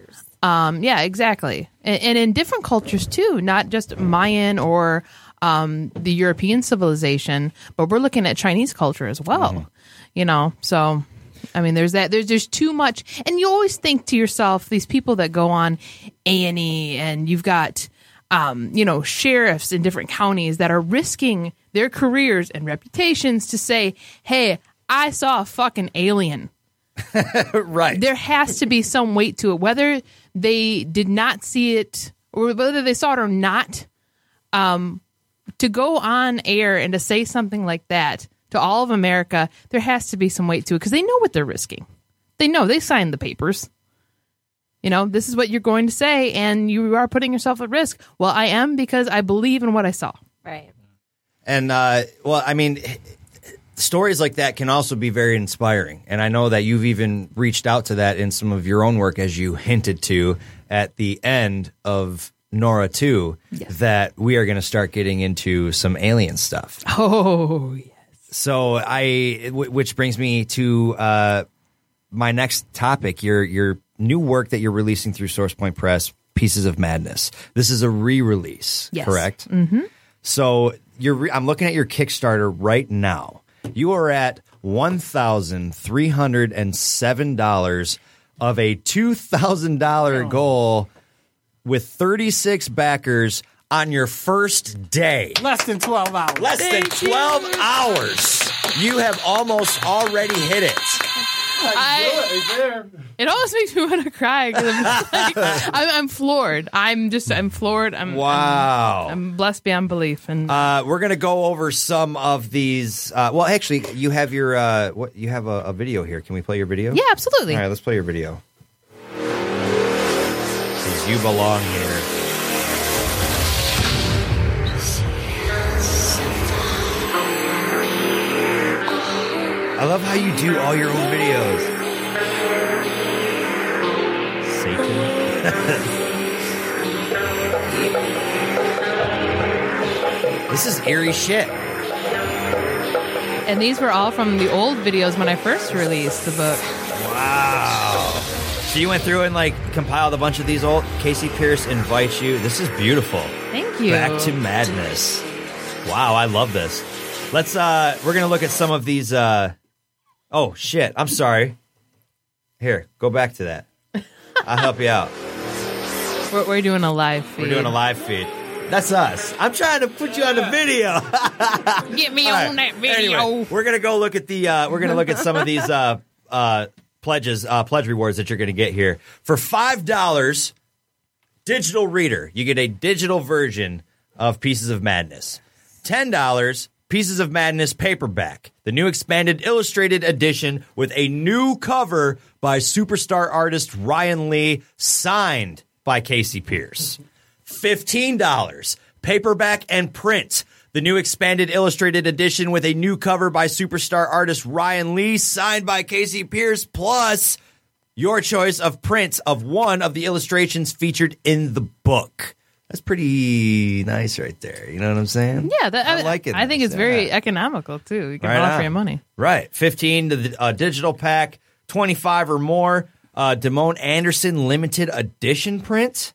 S5: Um, yeah, exactly. And, and in different cultures too, not just Mayan or um, the European civilization, but we're looking at Chinese culture as well. You know, so. I mean, there's that. There's there's too much, and you always think to yourself, these people that go on A and E, and you've got um, you know, sheriffs in different counties that are risking their careers and reputations to say, hey, I saw a fucking alien.
S2: right.
S5: There has to be some weight to it, whether they did not see it or whether they saw it or not. Um, to go on air and to say something like that to all of America, there has to be some weight to it because they know what they're risking. They know they signed the papers you know this is what you're going to say and you are putting yourself at risk well i am because i believe in what i saw
S19: right
S2: And uh, well, I mean, stories like that can also be very inspiring. And I know that you've even reached out to that in some of your own work, as you hinted to at the end of Nora 2, that we are going to start getting into some alien stuff.
S5: Oh, yes.
S2: So I, w- which brings me to uh, my next topic: your your new work that you're releasing through SourcePoint Press, Pieces of Madness. This is a re-release,
S5: Yes.
S2: correct?
S5: mm-hmm
S2: So you're re- I'm looking at your Kickstarter right now. You are at one thousand three hundred and seven dollars of a two thousand dollar
S5: Oh.
S2: goal with thirty six backers on your first day.
S8: Less than 12 hours.
S2: Less than twelve hours. You have almost already hit it.
S5: I, it almost makes me want to cry because I'm, just like, I'm, I'm floored i'm just i'm floored i'm
S2: Wow.
S5: i'm, I'm blessed beyond belief and
S2: Uh, we're gonna go over some of these. Uh, well, actually, you have your uh, what? You have a, a video here. Can we play your video?
S5: Yeah, absolutely.
S2: All right, let's play your video. 'Cause you belong here. I love how you do all your own videos. Satan. this is eerie shit.
S5: and these were all from the old videos when i first released the book
S2: Wow. So you went through and like compiled a bunch of these old Casey Pierce invites you. This is beautiful.
S5: Thank you.
S2: Back to madness. Wow, I love this. Let's uh we're gonna look at some of these uh oh shit, I'm sorry. Here, go back to that. I'll help you out.
S5: we're, we're doing a live feed.
S2: We're doing a live feed. That's us. I'm trying to put you on the video.
S5: get me
S2: All
S5: on
S2: right.
S5: that video
S2: Anyway, we're gonna go look at the. Uh, we're gonna look at some of these uh, uh, pledges, uh, pledge rewards that you're going to get here. For five dollars, digital reader, you get a digital version of Pieces of Madness. Ten dollars, Pieces of Madness paperback, the new expanded illustrated edition with a new cover by superstar artist Ryan Lee, signed by Casey Pierce. $15. Paperback and print. The new expanded illustrated edition with a new cover by superstar artist Ryan Lee, signed by Casey Pierce, plus your choice of prints of one of the illustrations featured in the book. That's pretty nice right there. You know what I'm saying?
S5: Yeah, that, I, like it. I think it's very economical too. You can
S2: Right
S5: all for
S2: on.
S5: your money.
S2: Right. 15 to the uh, digital pack, 25 or more. Uh, Damone Anderson limited edition print.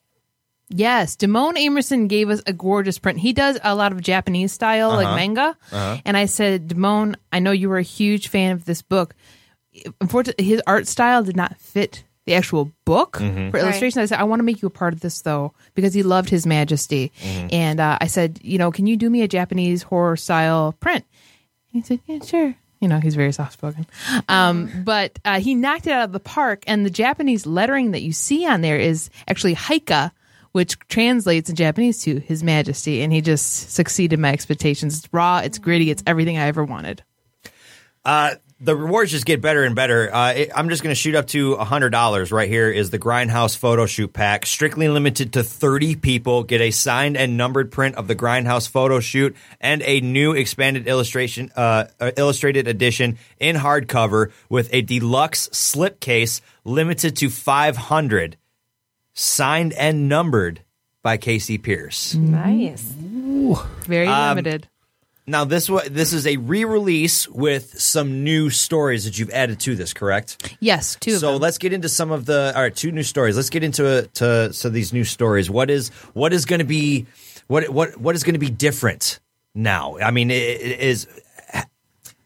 S5: Yes, Damone Amerson gave us a gorgeous print. He does a lot of Japanese style,
S2: Uh-huh.
S5: like manga.
S2: Uh-huh.
S5: And I said, Damone, I know you were a huge fan of this book. Unfortunately, his art style did not fit the actual book
S9: Mhm.
S5: for
S9: Right.
S5: illustration. I said, I want to make you a part of this though, because he loved His Majesty.
S9: Mhm.
S5: And uh, I said, you know, can you do me a Japanese horror style print? And he said, yeah, sure. You know, he's very soft spoken. Um, but uh, he knocked it out of the park, and the Japanese lettering that you see on there is actually Haika, which translates in Japanese to His Majesty. And he just succeeded my expectations. It's raw, it's gritty, it's everything I ever wanted.
S2: Uh, the rewards just get better and better. Uh, it, I'm just going to shoot up to $100 right here is the Grindhouse photo shoot pack. Strictly limited to 30 people. Get a signed and numbered print of the Grindhouse photo shoot and a new expanded illustration, uh, uh, illustrated edition in hardcover with a deluxe slipcase limited to 500 signed and numbered by Casey Pierce.
S19: Nice.
S5: Very
S2: Um,
S5: limited.
S2: Now this wa- this is a re-release with some new stories that you've added to this, correct?
S5: Yes, two of
S2: So let's get into some of the all right, two new stories. Let's get into to so these new stories. What is what is going to be what what what is going to be different now? I mean, i- i- is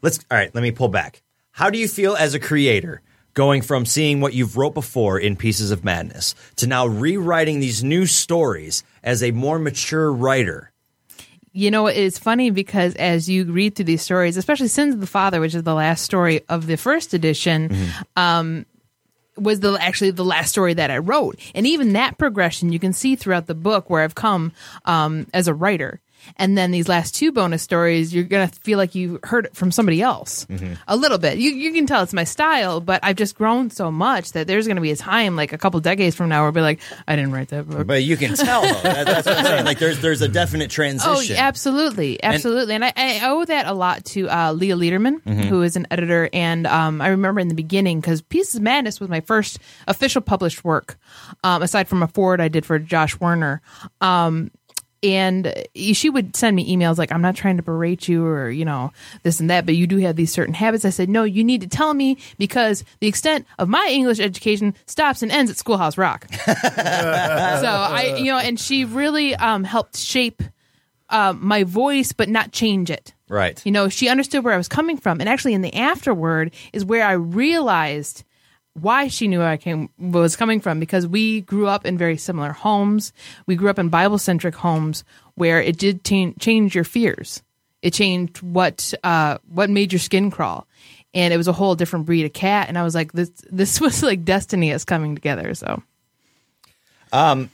S2: let's all right. Let me pull back. How do you feel as a creator going from seeing what you've wrote before in Pieces of Madness to now rewriting these new stories as a more mature writer?
S5: You know, it's funny because as you read through these stories, especially Sins of the Father, which is the last story of the first edition,
S2: Mm-hmm.
S5: um, was the actually the last story that I wrote, and even that progression you can see throughout the book where I've come um, as a writer. And then these last two bonus stories, you're gonna feel like you heard it from somebody else
S2: Mm-hmm.
S5: a little bit. You you can tell it's my style, but I've just grown so much that there's gonna be a time, like a couple decades from now, where I'll be like, I didn't write that book.
S2: But you can tell though. That- that's what I'm saying. Like there's there's a definite transition.
S5: Oh, yeah, absolutely,
S2: And-
S5: absolutely, and, I, I owe that a lot to uh, Leah Lederman,
S2: Mhm.
S5: who is an editor, and um, I remember in the beginning because Pieces of Madness was my first official published work, um, aside from a forward I did for Josh Werner. Um, and she would send me emails like, "I'm not trying to berate you or you know this and that, but you do have these certain habits." I said, "No, you need to tell me because the extent of my English education stops and ends at Schoolhouse Rock." so I, you know, and she really um, helped shape um, my voice, but not change it.
S2: Right.
S5: You know, she understood where I was coming from, and actually, in the afterword is where I realized why she knew where I came was coming from because we grew up in very similar homes. We grew up in Bible centric homes where it did ta- change your fears. It changed what uh, what made your skin crawl, and it was a whole different breed of cat. And I was like, this this was like destiny is coming together. So.
S2: Um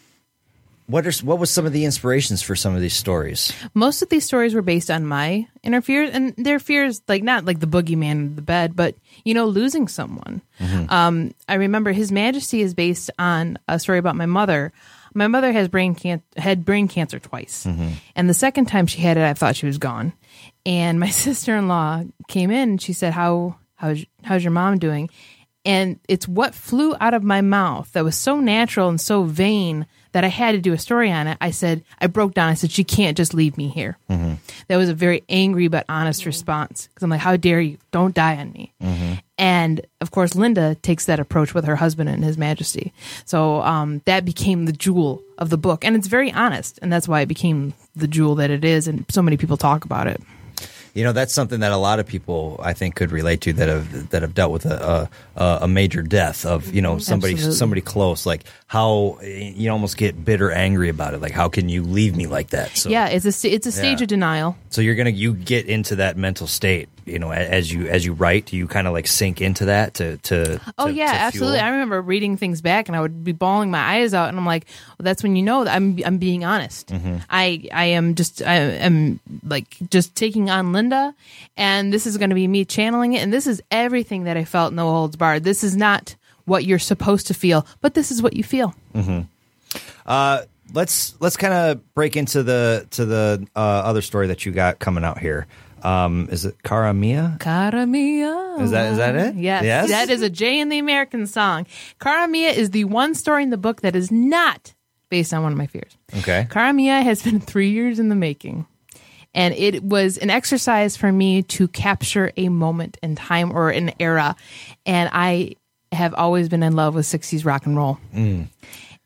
S2: what are what was some of the inspirations for some of these stories?
S5: most of these stories were based on my inner fears and their fears like not like the boogeyman in the bed but you know losing someone um, i remember his majesty is based on a story about my mother my mother has brain can- had brain cancer twice and the second time she had it i thought she was gone and my sister-in-law came in and she said how how's, how's your mom doing and it's what flew out of my mouth that was so natural and so vain that I had to do a story on it. I said, I broke down. I said, she can't just leave me here.
S2: Mm-hmm.
S5: That was a very angry but honest response because I'm like, how dare you? Don't die on me.
S2: Mm-hmm.
S5: And of course, Linda takes that approach with her husband and His Majesty. So um, that became the jewel of the book. And it's very honest. And that's why it became the jewel that it is. And so many people talk about it.
S2: You know, that's something that a lot of people I think could relate to that have that have dealt with a a, a major death of you know somebody
S5: Absolutely.
S2: somebody close. Like how you almost get bitter angry about it. Like how can you leave me like that? So
S5: yeah, it's a, st- it's a stage
S2: Yeah.
S5: of denial.
S2: so you're gonna you get into that mental state you know a- as you as you write do you kind of like sink into that to to
S5: Oh
S2: to-
S5: yeah,
S2: to
S5: absolutely.
S2: fuel?
S5: I remember reading things back, and I would be bawling my eyes out, and I'm like, well, "That's when you know that I'm I'm being honest.
S2: Mhm.
S5: I I am just I am like just taking on Linda, and this is going to be me channeling it, and this is everything that I felt. No holds barred. This is not what you're supposed to feel, but this is what you feel.
S2: Mm-hmm. Uh, let's let's kind of break into the to the uh, other story that you got coming out here. Um, is it Cara Mia?
S5: Cara Mia.
S2: Is that- is that it?
S5: Yes.
S2: Yes?
S5: That is a Jay and the American song. Cara Mia is the one story in the book that is not based on one of my fears.
S2: Okay.
S5: Cara Mia has been three years in the making. And it was an exercise for me to capture a moment in time or an era. And I have always been in love with 60s rock and roll.
S2: Mm.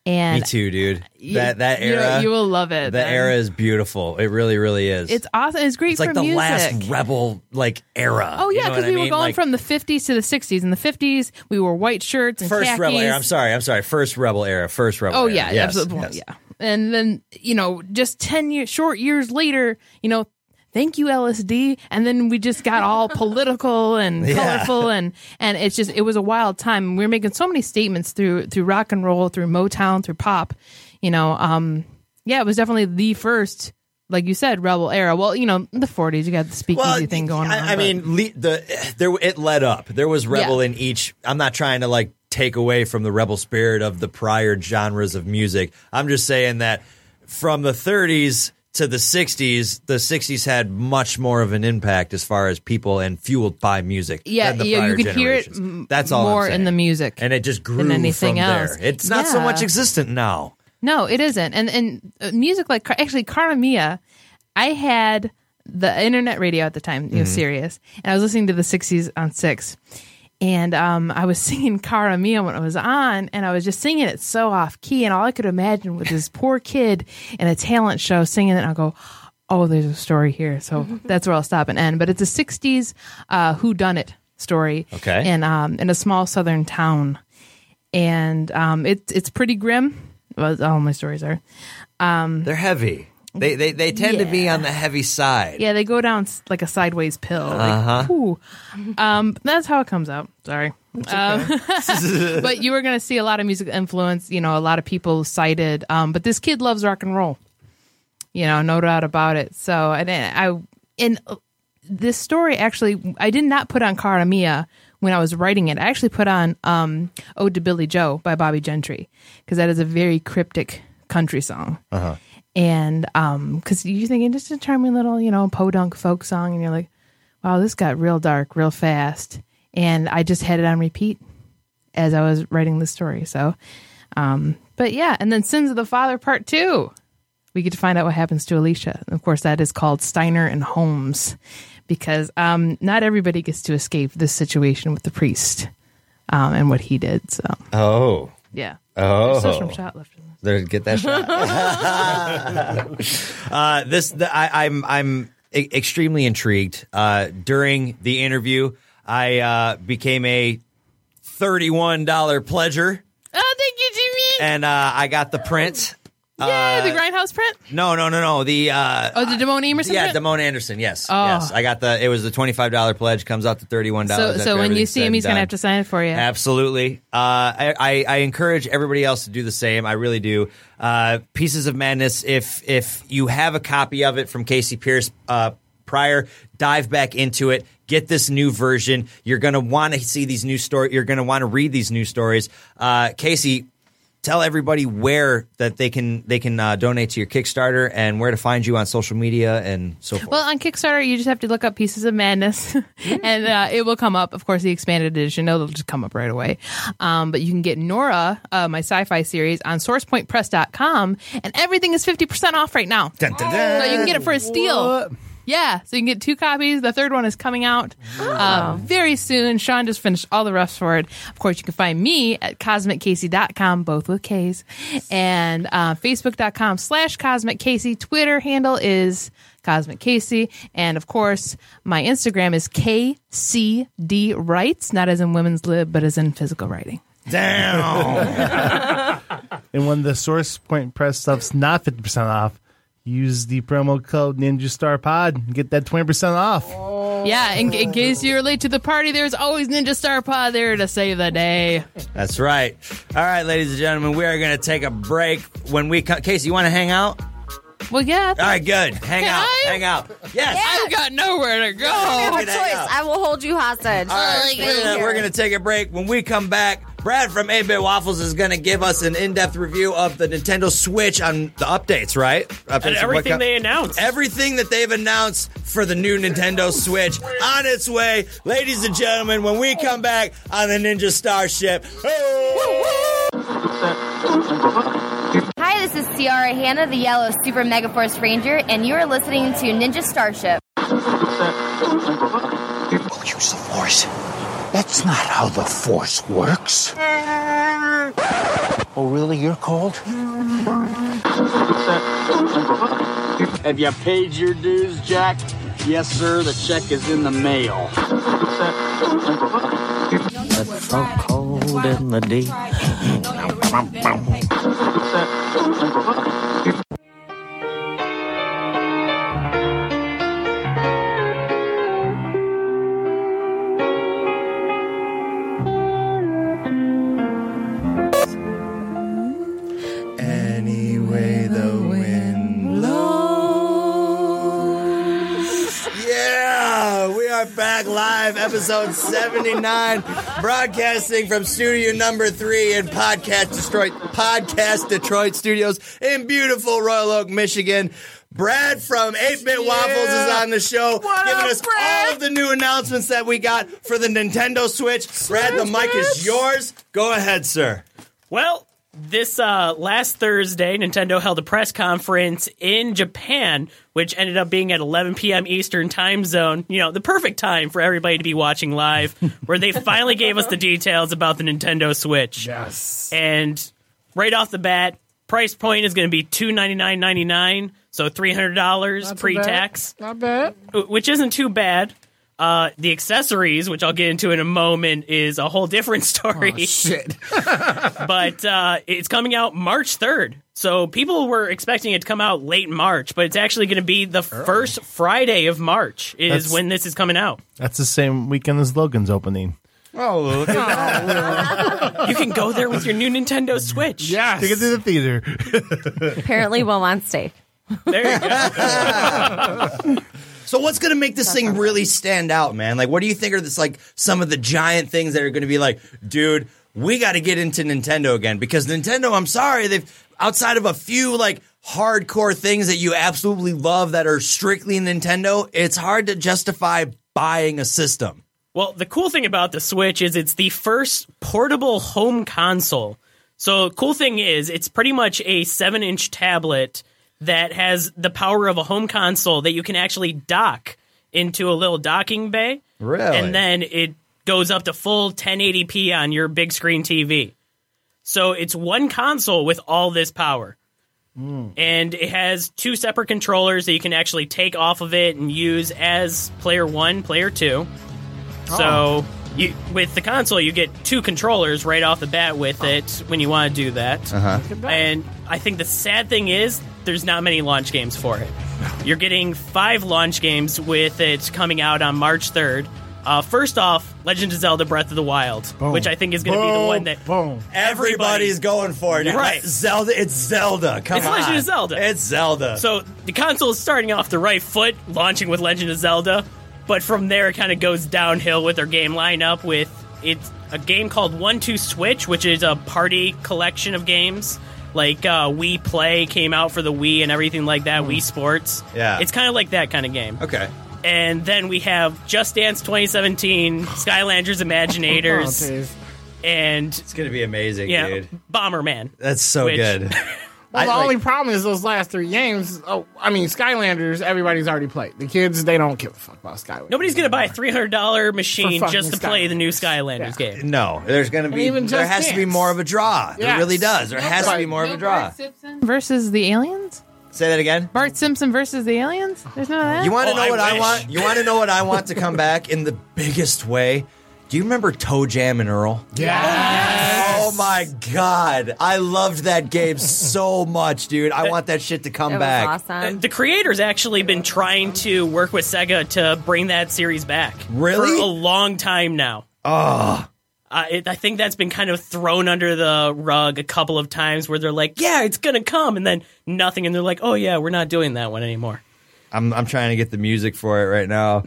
S5: And uh,
S2: Me too, dude.
S5: you-
S2: that that
S5: you-
S2: era,
S5: you will love it,
S2: That
S5: then.
S2: era is beautiful. It really, really is.
S5: It's awesome. It's great
S2: It's like
S5: for
S2: the
S5: music.
S2: last rebel like era.
S5: Oh
S2: You
S5: yeah,
S2: know
S5: because
S2: what I
S5: we were
S2: mean?
S5: going
S2: Like,
S5: from the 50s to the 60s. In the 50s, we wore white shirts and
S2: first
S5: khakis.
S2: rebel era. I'm sorry, I'm sorry. First rebel era. First rebel.
S5: Oh
S2: era.
S5: yeah,
S2: Yes,
S5: absolutely.
S2: yes.
S5: Yeah. And then, you know, just 10 years short years later, you know, thank you LSD and then we just got all political and
S11: Yeah.
S5: colorful and and it's just it was a wild time. We were making so many statements through through rock and roll, through Motown, through pop, you know, um yeah, it was definitely the first like you said, rebel era. Well, you know, in the 40s you got the speakeasy thing going on.
S2: I, I
S5: but-
S2: mean, le- the there it led up. There was rebel
S5: Yeah.
S2: in each. I'm not trying to like take away from the rebel spirit of the prior genres of music. I'm just saying that from the 30s to the 60s, the 60s had much more of an impact as far as people and fueled by music.
S5: yeah,
S2: than the
S5: yeah,
S2: prior
S5: you could hear it
S2: generations.
S5: m-
S2: That's all I'm
S5: more in
S2: saying.
S5: the music.
S2: and it just grew
S5: than anything
S2: from
S5: else.
S2: there. It's not so
S5: Yeah.
S2: much existent now.
S5: No, it isn't. And and uh, music like actually Cara Mia, I had the internet radio at the time, you know,
S11: Mhm.
S5: Sirius, and I was listening to the '60s on six, and um, I was singing Cara Mia when it was on, and I was just singing it so off key, and all I could imagine was this poor kid in a talent show singing it, and I go. Oh, there's a story here, so that's where I'll stop and end. But it's a '60s uh, "Who Done It" story,
S11: Okay.
S5: in um, in a small southern town, and um, it's it's pretty grim. Well, all my stories are. Um,
S2: They're heavy. They they, they tend to be
S5: Yeah.
S2: on the heavy side.
S5: Yeah, they go down s- like a sideways pill.
S2: Uh-huh.
S5: Like, ooh. Um, that's how it comes out. Sorry. Um, but you were going to see a lot of music influence. You know, a lot of people cited. Um, but this kid loves rock and roll. You know, no doubt about it. So, and then I and uh, this story actually, I did not put on Cara Mia when I was writing it. I actually put on um, "Ode to Billy Joe" by Bobby Gentry because that is a very cryptic country song
S11: Uh-huh.
S5: and um because you're thinking just a charming little you know podunk folk song and you're like wow this got real dark real fast and i just had it on repeat as i was writing the story so um but yeah and then sins of the father part two we get to find out what happens to alicia of course that is called steiner and holmes because um not everybody gets to escape this situation with the priest um and what he did so
S2: Oh.
S5: Yeah.
S2: Oh.
S5: There's still some shot left
S2: There, get that shot. uh, this, the, I, I'm, I'm e- extremely intrigued. Uh, during the interview, I uh, became a thirty-one dollar pledger,
S5: oh thank you jimmy
S2: and uh, I got the print.
S5: Yay,
S2: Uh,
S5: the grindhouse print
S2: no, no, no, no. The uh,
S5: oh the demone emerson
S2: yeah,
S5: print?
S2: Damone Anderson. Yes,
S5: Oh.
S2: yes. I got the. It was the twenty-five dollar pledge. Comes out to thirty-one dollars.
S5: So, so when you see him, he's gonna have to sign it for you.
S2: Absolutely. Uh, I, I, I encourage everybody else to do the same. I really do. Uh, Pieces of Madness. If if you have a copy of it from Casey Pierce uh, prior, dive back into it. Get this new version. You're gonna want to see these new story. You're gonna want to read these new stories. Uh, Casey, tell everybody where that they can they can uh, donate to your Kickstarter and where to find you on social media and so forth.
S5: Well, on Kickstarter, you just have to look up Pieces of Madness,
S2: Mm.
S5: and uh, it will come up. Of course, the expanded edition, it'll just come up right away. Um, but you can get Nora, uh, my sci fi series, on sourcepointpress.com, and everything is 50% off right now.
S2: Dun, dun, dun.
S5: So you can get it for a steal. Yeah, so you can get two copies. The third one is coming out uh, very soon. Sean just finished all the roughs for it. Of course, you can find me at cosmiccasey.com, both with Ks, and uh, facebook.com slash cosmiccasey. Twitter handle is Cosmic Casey. And of course, my Instagram is KCD Writes, not as in women's lib, but as in physical writing.
S3: And when the source point press stuff's not 50% off, use the promo code Ninja Star Pod and get that 20% off.
S5: Yeah, in, in case you're late to the party, there's always Ninja Star Pod there to save the day.
S2: That's right. All right, ladies and gentlemen, we are going to take a break. When we come, Casey, you want to hang out?
S5: Well, yeah.
S2: All right, good. Hang
S5: Can
S2: out.
S5: I?
S2: Hang out. Yes.
S5: I've got nowhere to go.
S19: I have a
S2: Get out.
S19: choice. I will hold you hostage.
S2: All right, we're gonna- we're going to take a break. When we come back, Brad from 8-Bit Waffles is going to give us an in-depth review of the Nintendo Switch on the updates, right? Updates
S6: And
S2: of what
S6: everything
S2: co-
S6: they announced.
S2: Everything that they've announced for the new Nintendo Switch on its way. Ladies and gentlemen, when we come back on the Ninja Starship.
S9: Hi, this is Ciara Hanna, the Yellow Super Megaforce Ranger, and you are listening to Ninja Starship.
S12: Uh-huh.
S17: Oh, use the force. That's not how the force works. Oh, really? You're cold?
S10: Have you paid your dues, Jack? Yes, sir. The check is in the mail.
S17: It's so cold in the deep.
S2: Anyway, the wind Yeah, we are back live, episode 79, broadcasting from studio number three in Podcast Detroit, Podcast Detroit Studios in beautiful Royal Oak, Michigan. Brad from 8 Bit Waffles is on the show, giving us all of the new announcements that we got for the Nintendo Switch. Brad, the mic is yours. Go ahead, sir.
S6: Well, this uh, last Thursday, Nintendo held a press conference in Japan, which ended up being at 11 p.m. Eastern time zone. You know, the perfect time for everybody to be watching live, where they finally gave us the details about the Nintendo Switch. Yes. And right off the bat, price point is going to be $299.99, so $300 pre tax
S8: Not bad.
S6: which isn't too bad. Uh, the accessories, which I'll get into in a moment, is a whole different story. Oh, shit. but uh, it's coming out March 3rd. So people were expecting it to come out late March, but it's actually going to be the first Friday of March is
S3: That's-
S6: when this is coming out.
S3: That's the same weekend as Logan's opening.
S6: Oh, look at that. you can go there with your new Nintendo Switch. Yes.
S3: Take it to the theater.
S19: Apparently, Will wants steak.
S2: So what's going to make this thing really stand out, man? Like, what do you think are this like some of the giant things that are going to be like, dude, we got to get into Nintendo again because Nintendo, I'm sorry, they've outside of a few like hardcore things that you absolutely love that are strictly Nintendo, it's hard to justify buying a system.
S6: Well, the cool thing about the Switch is it's the first portable home console. So, cool thing is it's pretty much a 7-inch tablet that has the power of a home console that you can actually dock into a little docking bay.
S2: Really?
S6: And then it goes up to full 1080p on your big screen TV. So, it's one console with all this power.
S2: Hmm.
S6: And it has two separate controllers that you can actually take off of it and use as player 1, player 2.
S2: Oh.
S6: So you with the console, you get two controllers right off the bat with it when you want to do that.
S2: Oh. Uh-huh.
S6: And I think the sad thing is there's not many launch games for it. You're getting five launch games with it coming out on March 3rd. Uh, first off, Legend of Zelda: Breath of the Wild, which I think is going to be the one that
S2: boom. Everybody's going for it,
S6: Right.
S2: Zelda, it's Zelda. Come
S6: it's
S2: on,
S6: Legend of Zelda.
S2: It's Zelda.
S6: So the console is starting off the right foot, launching with Legend of Zelda, but from there it kind of goes downhill with their game lineup. With it's a game called One Two Switch, which is a party collection of games. Like uh, Wii Play came out for the Wii and everything like that. Wii Sports.
S2: Hmm. Yeah.
S6: it's kind of like that kind of game.
S2: Okay.
S6: And then we have Just Dance 2017, Skylanders
S2: Oh,
S6: Imaginators,
S2: geez.
S6: and it's
S2: gonna be amazing,
S6: yeah,
S2: dude.
S6: Bomberman.
S2: That's so
S6: Which-
S2: good.
S8: Well,
S2: I
S8: the
S2: like-
S8: only problem is those last three games. Oh, I mean, Skylanders. Everybody's already played. The kids, they don't give a fuck about Skylanders.
S6: Nobody's gonna buy a three hundred dollar machine
S8: fucking
S6: just to play the new Skylanders game.
S2: No, there's going to be
S6: even
S2: there
S6: Just
S2: has to be
S6: Dance.
S2: more of a draw. There
S6: Yes.
S2: really does. There
S6: No
S2: has to
S6: Bart-
S2: be more of
S6: no
S2: a draw.
S5: Versus the aliens?
S2: Say that again.
S5: Bart Simpson versus the aliens? There's none of that.
S2: You want to know what Oh, I want? You want to know what I want to come back in the biggest way? Do you remember Toe Jam and Earl?
S8: Yeah.
S2: Oh my my god, I loved that game so much, dude. I want that shit to come back.
S6: Uh, The creator's actually been trying to work with Sega to bring that series back.
S2: Really?
S6: For a long time now.
S2: Oh.
S6: Uh, it, I think that's been kind of thrown under the rug a couple of times where they're like, yeah, it's going to come. And then nothing. And they're like, oh, yeah, we're not doing that one anymore.
S2: I'm I'm trying to get the music for it right now.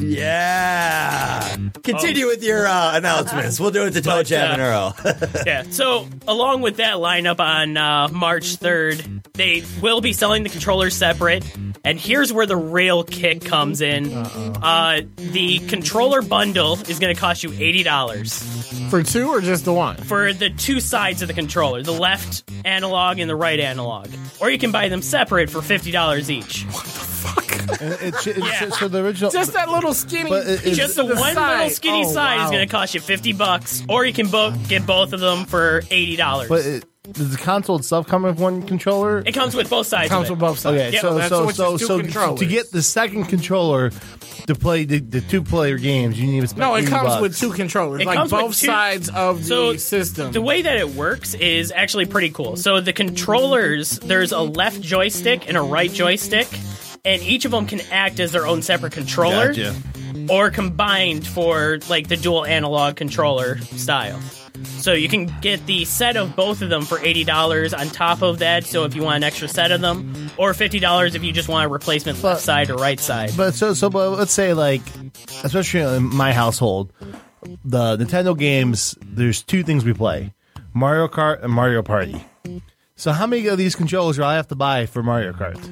S2: Yeah.
S6: Oh.
S2: Continue with your uh, announcements. We'll do it to Toe Jam and Earl.
S6: yeah. So, along with that lineup on uh, March 3rd, they will be selling the controllers separate. And here's where the real kick comes in. Uh, the controller bundle is going to cost you $80
S8: For two or just the one?
S6: for the two sides of the controller, the left analog and the right analog. Or you can buy them separate for $50 each.
S3: And it sh- it sh- so the original
S6: Just that
S8: little skinny,
S3: But it- it's-
S6: just the,
S3: the
S6: one little
S3: side.
S6: skinny
S3: Oh,
S6: side is
S3: wow.
S6: going to cost you fifty bucks, or you can both get both of them for eighty dollars.
S3: But it, does the console itself come with one controller?
S6: It comes with both sides.
S8: Comes
S6: of it.
S8: with both sides.
S3: Okay, so so so so to get the second controller to play the, the two player games, you need to spend
S8: No, it
S3: 80
S8: comes
S3: bucks.
S8: with two controllers,
S6: It
S8: like
S6: comes with
S8: both
S6: two-
S8: sides of
S6: So,
S8: the system.
S6: The way that it works is actually pretty cool. So the controllers, there's a left joystick and a right joystick, and each of them can act as their own separate controller,
S14: Gotcha.
S6: or combined for like the dual analog controller style. So you can get the set of both of them for eighty dollars on top of that. So if you want an extra set of them, or fifty dollars if you just want a replacement left side or right side.
S3: But so so but let's say like especially in my household, the Nintendo games, there's two things we play. Mario Kart and Mario Party. So how many of these controllers do I have to buy for Mario Kart?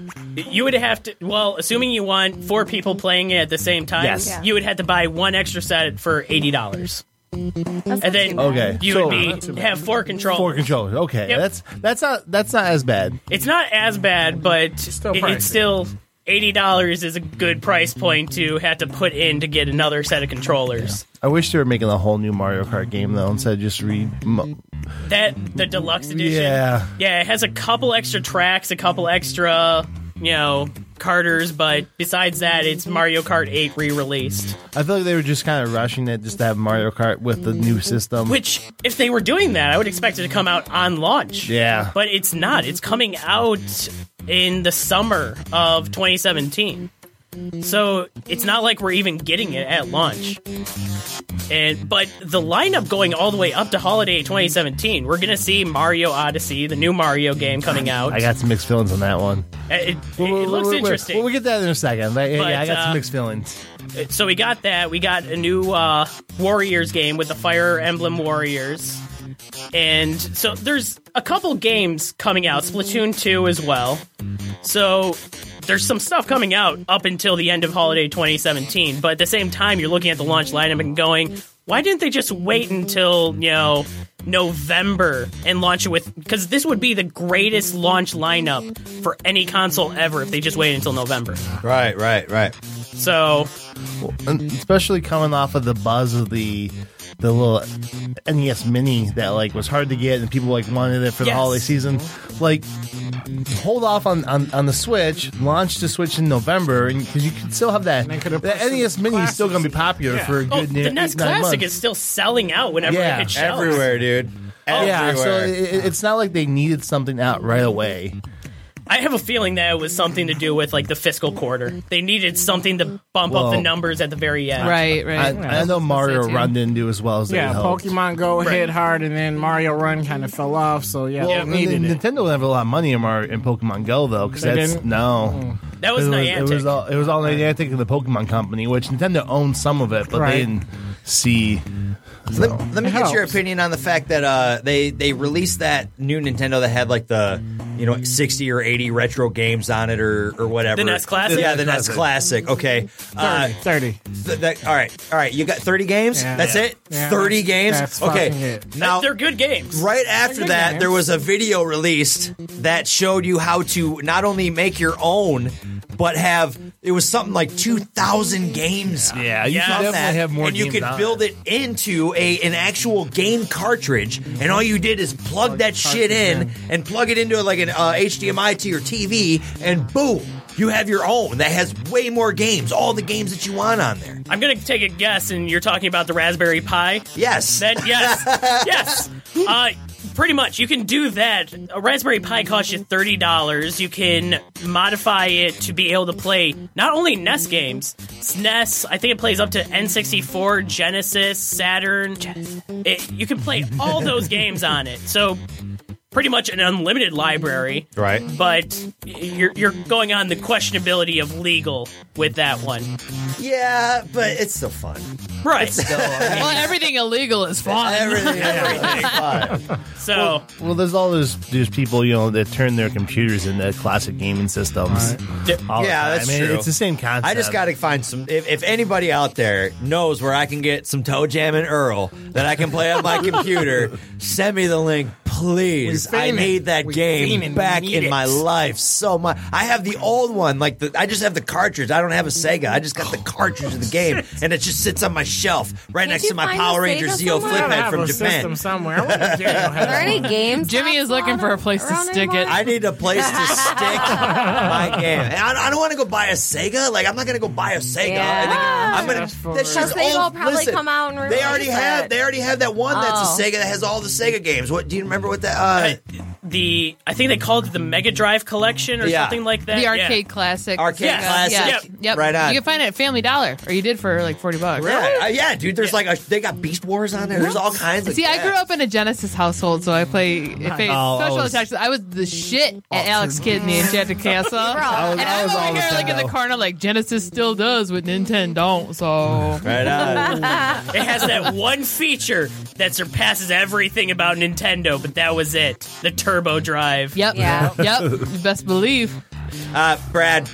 S6: You would have to, well, assuming you want four people playing it at the same time,
S3: Yes. Yeah.
S6: you would have to buy one extra set for eighty dollars, and then
S3: Okay,
S6: you
S3: so-
S6: would be have four controls.
S3: Four controllers. Okay.
S6: Yep.
S3: That's that's not that's not as bad.
S6: It's not as bad, but it-
S3: pricey.
S6: it's still eighty dollars is a good price point to have to put in to get another set of controllers.
S3: I wish they were making a whole new Mario Kart game though instead of just re mo-
S6: That the deluxe edition,
S3: Yeah.
S6: yeah, it has a couple extra tracks, a couple extra, you know, carters, but besides that, it's Mario Kart Eight re-released.
S3: I feel like they were just kind of rushing it just to have Mario Kart with the new system.
S6: Which, if they were doing that, I would expect it to come out on launch.
S3: Yeah.
S6: But it's not. It's coming out in the summer of 2017. So it's not like we're even getting it at launch. And but the lineup going all the way up to holiday 2017, we're gonna see Mario Odyssey, the new Mario game coming out. Uh,
S3: I got some mixed feelings on that one.
S6: It, it- it looks interesting.
S3: We'll, get that in a second. Like, yeah,
S6: But,
S3: yeah, I got
S6: uh,
S3: some mixed feelings.
S6: So we got that. We got a new uh, Warriors game with the Fire Emblem Warriors. And so there's a couple games coming out, Splatoon 2 as well. So there's some stuff coming out up until the end of holiday 2017. But at the same time, you're looking at the launch lineup and going, why didn't they just wait until, you know, November and launch it with. Because this would be the greatest launch lineup for any console ever if they just waited until November.
S2: Right, right, right.
S6: So
S3: And especially coming off of the buzz of the the little NES Mini that like was hard to get and people like wanted it for the
S6: Yes.
S3: holiday season. Like, hold off on, on, on the Switch. Launch the Switch in November because you can still have that. The NES Mini is still going to be popular for a good
S6: Oh,
S3: near
S6: the NES
S3: eight, nine
S6: Classic
S3: months.
S6: is still selling out whenever
S3: Yeah. Oh,
S6: it hits shelves.
S2: Everywhere, dude.
S3: Yeah, so
S2: Everywhere.
S3: it, it- it's not like they needed something out right away.
S6: I have a feeling that it was something to do with like the fiscal quarter. They needed something to bump up
S3: Well-
S6: the numbers at the very end.
S3: I, I know Mario Run didn't do as well as they
S8: yeah,
S3: hoped.
S8: Pokemon Go
S6: Right.
S8: hit hard, and then Mario Run kind of fell off. So yeah,
S3: Well,
S8: they
S3: and
S8: needed
S3: then
S8: it.
S3: Nintendo would have a lot of money in, Mario, in Pokemon Go though, because
S8: They
S3: that's
S8: didn't?
S3: no.
S6: That was
S3: it was, it was
S6: Niantic.
S3: all it was all Niantic and the Pokemon Company, which Nintendo owned some of it, but
S2: Right.
S3: they didn't see.
S2: Let, let me
S3: It
S2: get your
S3: helps.
S2: opinion on the fact that uh, they they released that new Nintendo that had like the you know sixty or eighty retro games on it or or whatever.
S6: The NES Classic?
S2: yeah, the NES Classic. Okay, uh,
S8: thirty.
S2: th- that, all right, all right. You got thirty games.
S6: Yeah.
S2: That's
S6: Yeah.
S2: it.
S6: Yeah.
S2: Thirty games.
S6: That's fucking
S2: okay,
S6: it.
S2: now
S6: they're good games.
S2: Right after
S6: good
S2: that,
S6: games.
S2: there was a video released that showed you how to not only make your own, but have it was something like two thousand games. Yeah,
S3: you should definitely have more
S2: and you
S3: games
S2: could
S3: on
S2: build it into a an actual game cartridge, and all you did is plug that shit in and plug it into like an uh, HDMI to your TV, and boom.
S7: You have your own that has way more games, all the games that you want on there.
S6: I'm gonna take a guess, and you're talking about the Raspberry Pi.
S7: Yes.
S6: Then yes, yes. Uh, pretty much, you can do that. A Raspberry Pi costs you thirty dollars. You can modify it to be able to play not only NES games, SNES. I think it plays up to N64, Genesis, Saturn. It, you can play all those games on it. So. Pretty much an unlimited library,
S7: Right.
S6: But you're, you're going on the questionability of legal with that one.
S7: Yeah, but it's still fun.
S6: Right.
S5: well, everything illegal is fun.
S7: Everything,
S6: So
S3: Well, there's all those there's people you know that turn their computers into classic gaming systems. all the
S2: yeah,
S3: time.
S2: that's
S3: I mean,
S2: true.
S3: It's the same concept.
S2: I just got to find some. If, if anybody out there knows where I can get some Toe Jam and Earl that I can play on my computer, send me the link, please.
S7: We
S2: I
S7: fiend
S2: need that game
S7: fiend
S2: back
S7: need
S2: in
S7: it.
S2: my life so much. I have the old one, like the. I just have the cartridge. I don't have a Sega. I just got the cartridge of the game, and it just sits on my shelf right next
S19: you
S2: to my
S19: find a
S2: Power
S19: Sega
S2: Rangers
S19: somewhere?
S2: Zeo flip
S19: I
S2: head
S19: have
S2: from
S19: a
S2: Japan.
S19: system
S8: somewhere. I wonder if Daniel has
S19: Are there any
S8: one.
S19: games?
S5: Jimmy is looking for a place to stick it.
S2: I need a place to stick my game. And I, I don't want to go buy a Sega. Like I'm not going to go buy a Sega. And then- I'm gonna. That shit's
S19: Because they will
S2: old.
S19: probably
S2: Listen,
S19: come out and
S2: they
S19: replace
S2: already have.
S19: it.
S2: They already have that one that's
S19: Oh.
S2: a Sega that has all the Sega games. What do you remember? What that? Uh,
S6: the I think they called it the Mega Drive collection or
S2: Yeah.
S6: something like that.
S5: The
S6: Yeah.
S5: arcade classic.
S2: Arcade
S5: Sega.
S2: classic.
S5: Yeah.
S2: Yep.
S5: Yep.
S2: Right on.
S5: You can find it at Family Dollar, or you did for like 40 bucks.
S2: Yeah, uh, yeah, dude. There's like a, they got Beast Wars on there. There's all kinds. of
S5: See, I
S2: games.
S5: grew up in a Genesis household, so I play if it,
S2: Oh, I
S5: social
S2: was-
S5: attacks. I was the shit at Alex Kidd in the Enchanted Castle,
S2: I was-
S5: and
S2: I
S5: I'm
S2: was all
S5: over here like in the
S2: Nintendo.
S5: corner, like Genesis still does what Nintendo don't. So
S2: Right on.
S6: it has that one feature that surpasses everything about Nintendo, but that was it. The turbo drive.
S5: Yep.
S2: Yeah.
S5: yep. You best believe.
S2: Uh, Brad,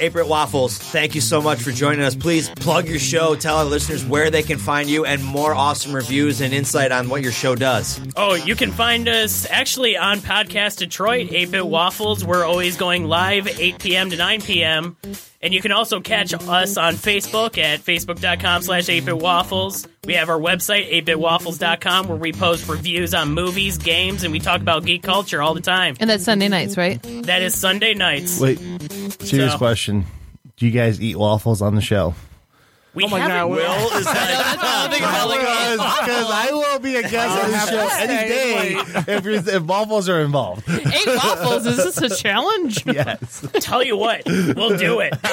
S2: April Waffles, thank you so much for joining us. Please plug your show, tell our listeners where they can find you, and more awesome reviews and insight on what your show does.
S6: Oh, you can find us actually on Podcast Detroit, 8 Bit Waffles. We're always going live 8 p.m. to 9 p.m. And you can also catch us on Facebook at facebook.com slash 8 Bit Waffles. We have our website, 8bitwaffles.com, where we post reviews on movies, games, and we talk about geek culture all the time.
S5: And that's Sunday nights, right?
S6: That is Sunday nights.
S3: Wait, serious
S6: So-
S3: question: Do you guys eat waffles on the show?
S6: We haven't- Will is
S3: Because I will be a guest on the show any day if, you're- if waffles are involved.
S5: Eight waffles. Is this a challenge?
S3: Yes.
S6: Tell you what, we'll do it. we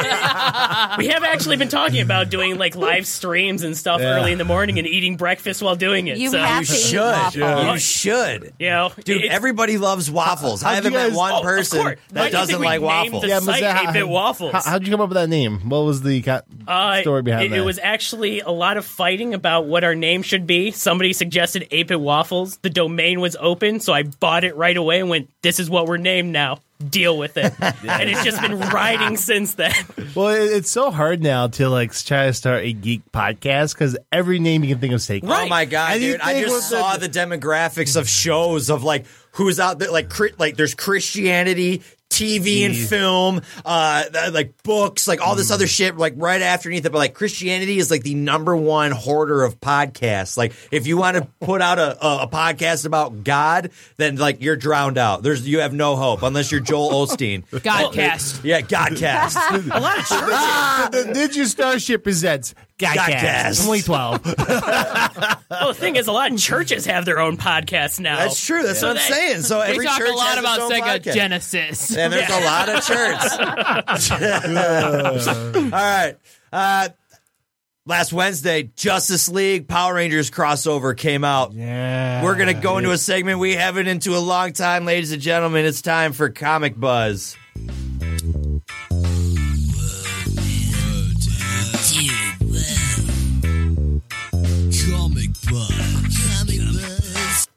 S6: have actually been talking about doing like live streams and stuff
S2: Yeah.
S6: early in the morning and eating breakfast while doing it.
S2: You
S3: uh,
S6: so.
S2: have to You eat should. waffles.
S6: Yeah.
S2: You should.
S6: You know,
S2: Dude,
S6: it's-
S2: everybody loves waffles. I
S3: How'd you
S2: haven't met
S3: guys-
S2: one
S3: Oh, of
S2: person
S3: course.
S2: that
S6: Why do you
S2: doesn't
S6: think we
S2: like
S6: named
S2: waffles.
S6: the
S3: Yeah, but
S6: site
S3: that-
S6: 8-Bit Waffles.
S3: How, how'd you come up with that name? What was the co-
S6: Uh,
S3: story behind
S6: it,
S3: that?
S6: it was actually a lot of fighting about what our name should be. Somebody suggested Ape It Waffles. The domain was open, so I bought it right away and went, "This is what we're named now. Deal with it." And it's just been riding since then.
S3: Well, it, it's so hard now to like try to start a geek podcast because every name you can think of is taken.
S2: Oh my god,
S3: And you
S2: dude! I
S3: think
S2: just
S3: with the-
S2: saw the demographics of shows of like who's out there, like cri- like there's Christianity. TV and
S3: Mm.
S7: Jeez.
S2: film, uh, th- like books, like all this other shit, like right underneath it. But like Christianity is like the number one hoarder of podcasts. Like if you want to put out a, a, a podcast about God, then like you're drowned out. There's you have no hope unless you're Joel Osteen.
S5: Godcast.
S2: yeah, Godcast.
S6: a lot of
S3: the, the Ninja Starship presents Godcast 2012.
S2: Godcast.
S6: well, the thing is, a lot of churches have their own podcasts now.
S2: That's true. That's what I'm
S6: they-
S2: saying. So every
S5: talk a
S2: church
S5: lot
S2: has its
S5: about
S2: own
S5: Sega
S2: podcast.
S5: Genesis.
S2: and there's a lot of church. All right. Uh, last Wednesday, Justice League Power Rangers crossover came out.
S3: Yeah.
S2: We're gonna go into a segment we haven't into a long time, ladies and gentlemen. It's time for Comic Buzz.
S14: Comic buzz. Comic buzz.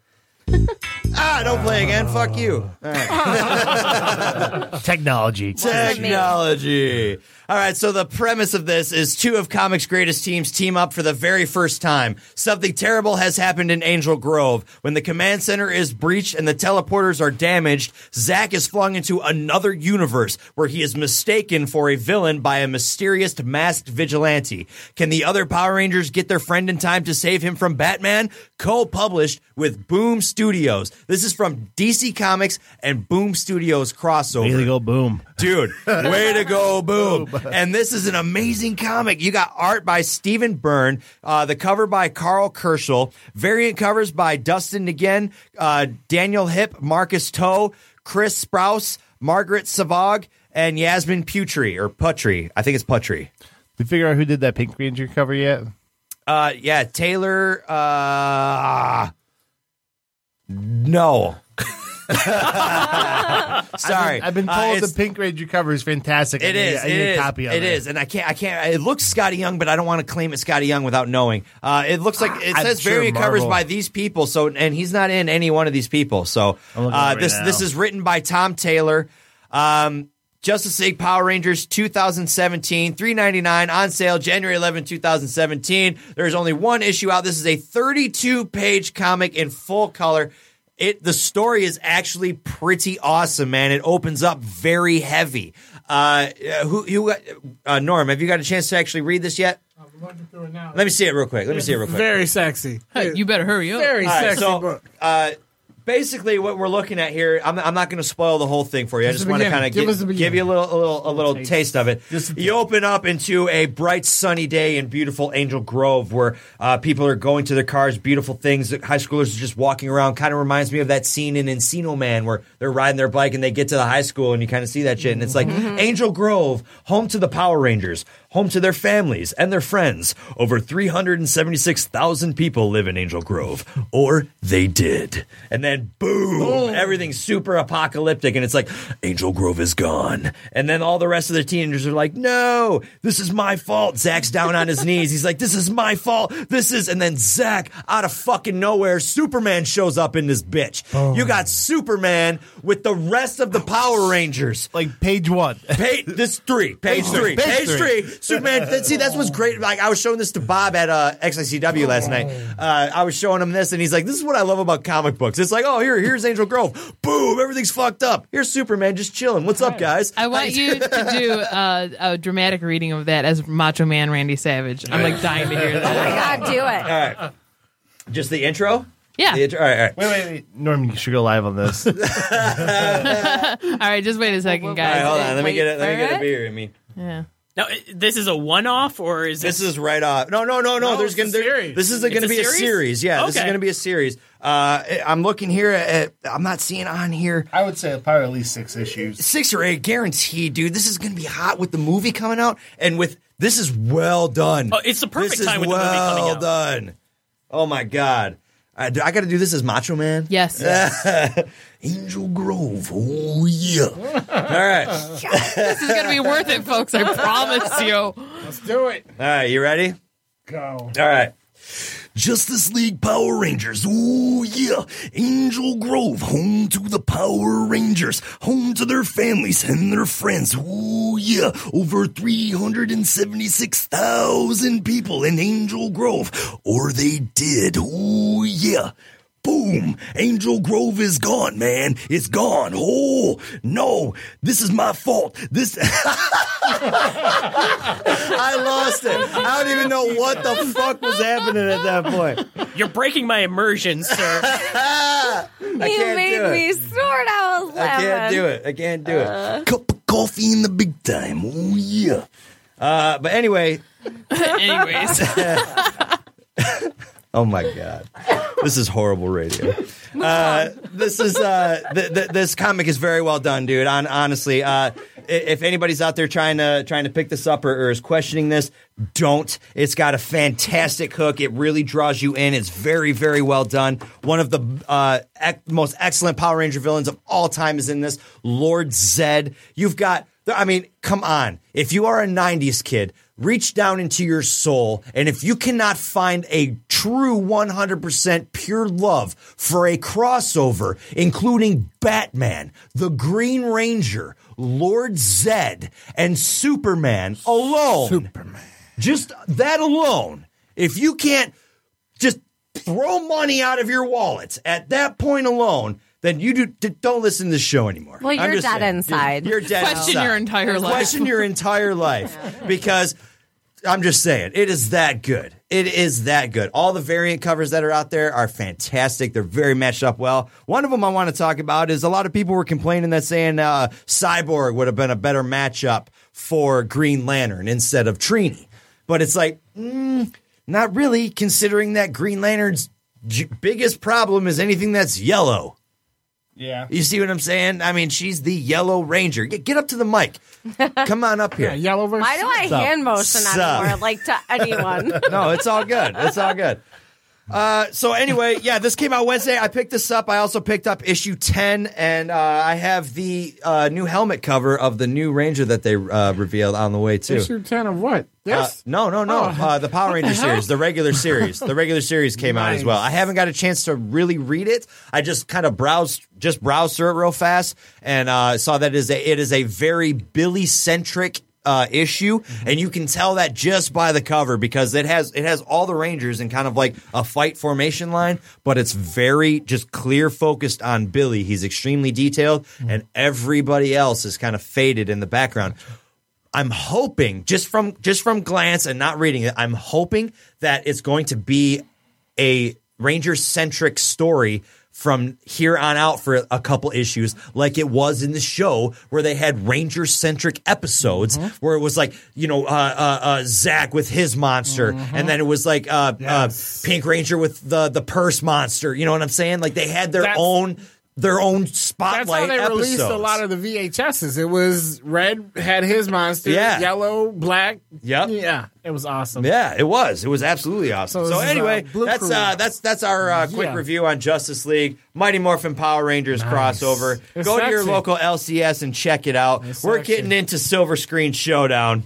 S2: Ah, don't play again. Fuck you. All right.
S3: Technology.
S2: Technology. All right, so the premise of this is two of comics' greatest teams team up for the very first time. Something terrible has happened in Angel Grove. When the command center is breached and the teleporters are damaged, Zack is flung into another universe where he is mistaken for a villain by a mysterious masked vigilante. Can the other Power Rangers get their friend in time to save him from Batman? Co published with Boom Studios. This is from from DC Comics and Boom Studios crossover.
S3: Way to go, boom.
S2: Dude, way to go, boom. And this is an amazing comic. You got art by Stephen Byrne, uh, the cover by Carl Kerschel, variant covers by Dustin Again, uh, Daniel Hip, Marcus Toe, Chris Sprouse, Margaret Savag, and Yasmin Putri, or Putri. I think it's Putri.
S3: Did you figure out who did that Pink Ranger cover yet?
S2: Uh, yeah, Taylor. Uh, no. Sorry,
S3: I've been,
S2: Uh,
S3: I've been told
S2: it's-
S3: the Pink Ranger cover is fantastic. I
S2: It
S3: need-
S2: is.
S3: I need
S2: it
S3: a
S2: is.
S3: copy of it.
S2: it is, and I can't. I can't. It looks Scotty Young, but I don't want to claim it's Scotty Young without knowing. Uh, it looks like it
S3: I'm
S2: says
S3: sure
S2: variant covers
S3: Marvel-
S2: by these people. So, and he's not in any one of these people. So,
S3: looking at it
S2: uh,
S3: right
S2: this
S3: now.
S2: this is written by Tom Taylor. Um, Justice League Power Rangers 2017, 399 on sale January 11, 2017. There is only one issue out. This is a 32 page comic in full color. It the story is actually pretty awesome, man. It opens up very heavy. Uh, uh, who you got- uh, Norm? Have you got a chance to actually read this yet? Let me see it real quick. Let me see it real quick.
S8: Very sexy.
S5: Hey, you better hurry up.
S8: Very
S2: All right,
S8: sexy
S2: so,
S8: book.
S2: Uh, basically, what we're looking at here, I'm, I'm not going to spoil the whole thing for you. I
S8: Just
S2: just
S8: the
S2: want to
S8: beginning.
S2: kind of
S8: Give us the
S2: give, you a little, a little, a little taste. of it. You open up into a bright, sunny day in beautiful Angel Grove, where uh, people are going to their cars. Beautiful things. that High schoolers are just walking around. Kind of reminds me of that scene in Encino Man, where they're riding their bike and they get to the high school, and you kind of see that shit. And it's like
S8: Mm-hmm.
S2: Angel Grove, home to the Power Rangers, home to their families and their friends. Over three hundred and seventy-six thousand people live in Angel Grove, or they did. And then boom, everything's super apocalyptic, and it's like Angel Grove is gone. And then all the rest of the teenagers are like, "No, this is my fault." Zach's down on his knees. He's like, "This is my fault. This is." And then Zach, out of fucking nowhere, Superman shows up in this bitch. You got Superman with the rest of the Power Rangers,
S3: like page one,
S2: page this three, page
S3: Page
S2: three,
S3: three.
S2: page
S3: Page
S2: three.
S3: three.
S2: Superman. th- see, that's what's great. Like I was showing this to Bob at uh, XICW last night. Uh, I was showing him this, and he's like, "This is what I love about comic books. It's like, oh, here, here's Angel Grove. Boom, everything's fucked up. Here's Superman just chilling. What's up, guys?
S5: I want you to do uh, a dramatic reading of that as Macho Man Randy Savage. I'm like dying to hear
S8: Oh
S5: that.
S19: Oh God, do
S2: All
S19: it.
S2: right, just the intro.
S5: Yeah.
S2: The intro? All right, all right.
S3: Wait, wait, wait. Norm, you should go live on this.
S5: All right, just wait a second,
S2: All
S5: guys.
S2: right, hold on. Let me get it. Let me
S5: for
S2: get a
S5: it.
S2: beer. I mean.
S5: Yeah.
S6: Now, i- this is a one-off, or is
S2: This is right off. No, no, no, no.
S6: No,
S2: there's
S6: it's
S2: gonna
S6: a
S2: there-
S6: series.
S2: this is gonna
S6: It's a
S2: be a
S6: series?
S2: series. Yeah, this is
S6: Okay.
S2: gonna be a series. Uh, I'm looking here at. I'm not seeing on here.
S3: I would say probably at least six issues.
S2: six or eight guaranteed, dude. This is gonna be hot with the movie coming out and with this is well done.
S6: Oh, it's the perfect
S2: This is
S6: time with the movie
S2: well
S6: coming out.
S2: done. Oh my god. I, do- I got to do this as Macho Man.
S5: Yes.
S2: Angel Grove. Oh yeah. All right. All
S5: This is going to be worth it, folks. I promise you.
S8: Let's do it.
S2: right. You ready?
S8: Go.
S2: All right.
S12: Justice League Power Rangers. Ooh, yeah. Angel Grove, home to the Power Rangers, home to their families and their friends. Ooh, Oh, yeah. Over 376,000 people in Angel Grove. Or they did. Ooh, yeah. Boom! Angel Grove is gone, man. It's gone. Oh, no. This is my fault. This.
S2: I lost it. I don't even know what the fuck was happening at that point.
S6: You're breaking my immersion, sir.
S19: You
S2: can't
S19: made
S2: do it.
S19: me snort. I was
S2: I
S19: laughing.
S2: can't do it. I can't do it.
S12: Cup of coffee in the big time. Oh yeah.
S2: Uh, but anyway,
S5: Anyways.
S2: Oh my god, this is horrible radio. Uh, this is uh, th- th- this comic is very well done, dude. On honestly, uh, i- if anybody's out there trying to trying to pick this up or, or is questioning this, don't. It's got a fantastic hook. It really draws you in. It's very very well done. One of the uh, ec- most excellent Power Ranger villains of all time is in this. Lord Zed. You've got. I mean, come on. If you are a '90s kid reach down into your soul and if you cannot find a true 100% pure love for a crossover including Batman, the Green Ranger, Lord Zed and Superman alone. Superman. Just that alone. If you can't just throw money out of your wallets at that point alone, then you do, d- don't listen to the show anymore.
S19: Well,
S2: I'm
S19: you're
S2: just
S19: dead
S2: saying.
S19: inside.
S2: You're, you're dead
S5: Question
S2: inside.
S5: your entire life.
S2: Question your entire life because I'm just saying, it is that good. It is that good. All the variant covers that are out there are fantastic. They're very matched up well. One of them I want to talk about is a lot of people were complaining that saying uh, Cyborg would have been a better matchup for Green Lantern instead of Trini. But it's like, mm, not really, considering that Green Lantern's j- biggest problem is anything that's yellow.
S8: Yeah.
S2: You see what I'm saying? I mean, she's the Yellow Ranger. Get, get up to the mic. Come on up here.
S8: Yeah, yellow versus.
S19: Why do I
S2: Sup?
S19: hand motion
S2: Sup?
S19: anymore? Like to anyone?
S2: no, it's all good. It's all good. Uh, so anyway, yeah, this came out Wednesday. I picked this up. I also picked up issue ten, and uh, I have the uh, new helmet cover of the new Ranger that they uh, revealed on the way too.
S8: Issue 10 of what? This?
S2: Uh, no, no, no.
S8: Oh.
S2: Uh, the Power
S8: What the
S2: Ranger
S8: hell?
S2: series, the regular series, the regular series came out as well. I haven't got a chance to really read it. I just kind of browsed, just browsed through it real fast, and uh, saw that it is a, it is a very Billy centric. Uh, issue
S8: Mm-hmm.
S2: and you can tell that just by the cover because it has it has all the rangers in kind of like a fight formation line but it's very just clear focused on billy he's extremely detailed
S8: Mm-hmm.
S2: and everybody else is kind of faded in the background I'm hoping just from just from glance and not reading it, I'm hoping that it's going to be a Ranger centric story from here on out for a couple issues, like it was in the show where they had Ranger centric episodes
S8: Mm-hmm.
S2: where it was like you know uh, uh, uh, Zach with his monster,
S8: Mm-hmm.
S2: and then it was like uh, uh, Pink Ranger with the the purse monster. You know what I'm saying? Like they had their
S8: That's-
S2: own their own
S8: That's how
S2: spotlight.
S8: they released a
S2: episodes.
S8: lot of the VHSs. It was red had his monster,
S2: Yeah.
S8: yellow, black.
S2: Yep.
S8: Yeah, it was awesome.
S2: Yeah, it was. It was absolutely awesome.
S8: So
S2: So,
S8: this is,
S2: anyway,
S8: uh, Blue
S2: that's
S8: Crew.
S2: uh, that's that's our uh, quick
S8: Yeah.
S2: review on Justice League Mighty Morphin Power Rangers crossover.
S8: It's
S2: Go to your
S8: sexy.
S2: local LCS and check it out. We're
S8: sexy.
S2: getting into Silver Screen Showdown.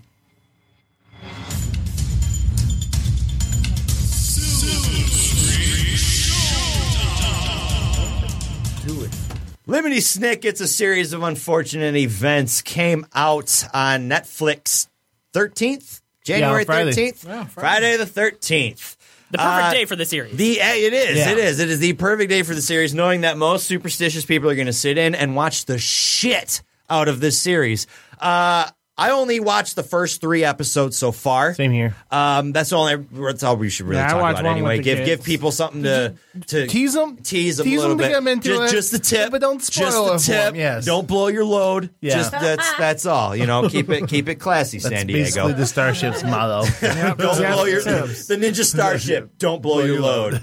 S2: Lemony Snicket's A Series of Unfortunate Events came out on Netflix 13th, January
S6: Friday.
S2: 13th,
S6: Yeah,
S2: Friday. the 13th.
S6: The perfect
S2: Uh,
S6: day for the series.
S2: The eh, it is
S6: Yeah.
S2: it is it is the perfect day for the series, knowing that most superstitious people are going to sit in and watch the shit out of this series. Uh, I only watched the first three episodes so far. Same
S3: here.
S2: Um, that's the only that's all we should really
S3: Yeah, I
S2: talk
S3: watched
S2: about
S3: one with
S2: anyway.
S3: the
S2: Give
S3: kids.
S2: give people something to to
S3: Tease them.
S2: tease them
S3: Tease
S2: a little
S3: 'em to
S2: bit.
S3: get 'em into
S2: Ju-
S3: it.
S2: just the tip,
S3: But don't spoil
S2: just
S3: it
S2: the
S3: for 'em,
S2: tip.
S3: yes.
S2: Don't blow your load.
S3: Yeah.
S2: Just that's that's all. You know, keep it keep it classy,
S3: That's
S2: San Diego.
S3: basically the starship's motto.
S2: Don't
S3: Yeah,
S2: blow your
S3: tips.
S2: the Ninja Starship. Don't blow, your load.
S3: with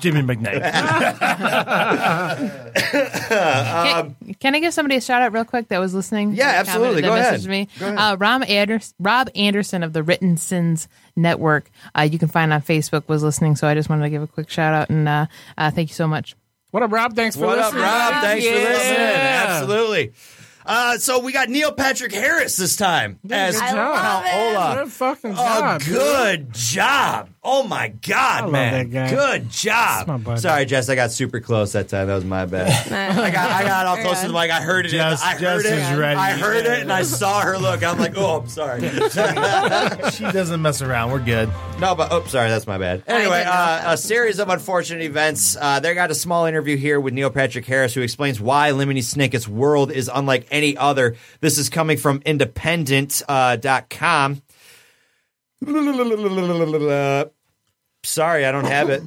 S3: Jimmy McKnight.
S2: um,
S5: Can, can I give somebody a shout out real quick that was listening?
S2: Yeah,
S5: That
S2: absolutely.
S5: commented, that
S2: Go ahead.
S5: messaged Me. Uh, Rob, Anders- Rob Anderson of the Written Sins Network, uh, you can find on Facebook, was listening. So I just wanted to give a quick shout out and uh, uh, thank you so much.
S8: What up, Rob? Thanks for
S2: what
S8: listening.
S2: up, Rob? Thanks for
S8: Yeah.
S2: listening. Absolutely. Uh, so we got Neil Patrick Harris this time as
S8: good job.
S2: Count Olaf.
S8: Good fucking
S2: Oh,
S8: job. dude.
S2: good job! Oh my God,
S8: love that
S2: man!
S8: guy.
S2: Good
S8: my
S2: job.
S8: buddy.
S2: Sorry, Jess, I got super close that time. That was my bad. I got I got all close to the mic. I heard it. in-
S3: Jess-
S2: I heard
S3: Jess
S2: it.
S3: is ready.
S2: I heard it, and I saw her look. I'm like, oh, I'm sorry.
S3: she doesn't mess around. We're good.
S2: No, but oh, sorry, that's my bad. Anyway, uh, a series of unfortunate events. Uh, they got a small interview here with Neil Patrick Harris, who explains why Lemony Snicket's world is unlike any other. This is coming from Independent.com. Uh, dot com. Sorry, I don't have it.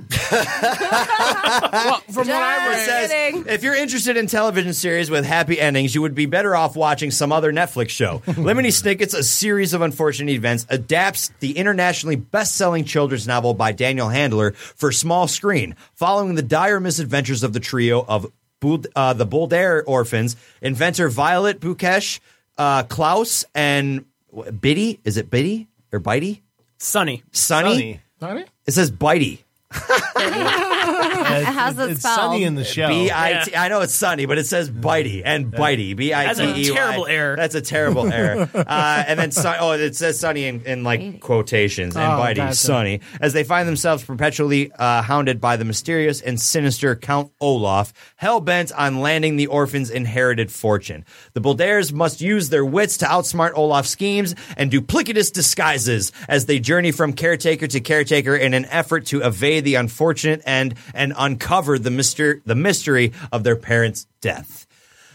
S8: From what I read,
S2: says, if you're interested in television series with happy endings, you would be better off watching some other Netflix show. Lemony Snicket's A Series of Unfortunate Events adapts the internationally best-selling children's novel by Daniel Handler for small screen, following the dire misadventures of the trio of Buld- uh, the Buldair orphans, inventor Violet Bukesh, uh, Klaus, and w- Biddy. Is it Biddy or Bitey?
S6: Sunny.
S2: Sunny.
S8: Sunny?
S2: It says Bitey.
S19: How's it
S3: it's
S19: spelled?
S3: sunny in the show.
S2: B I T. I know it's sunny, but it says bitey and bitey. B I T E Y.
S6: That's a terrible error.
S2: That's a terrible error. Uh, and then sun, oh, it says sunny in, in like quotations and
S6: Oh,
S2: bitey
S6: gotcha.
S2: sunny as they find themselves perpetually uh, hounded by the mysterious and sinister Count Olaf, hell bent on landing the orphan's inherited fortune. The Buldairs must use their wits to outsmart Olaf's schemes and duplicitous disguises as they journey from caretaker to caretaker in an effort to evade the unfortunate end and uncover the myster- the mystery of their parents' death.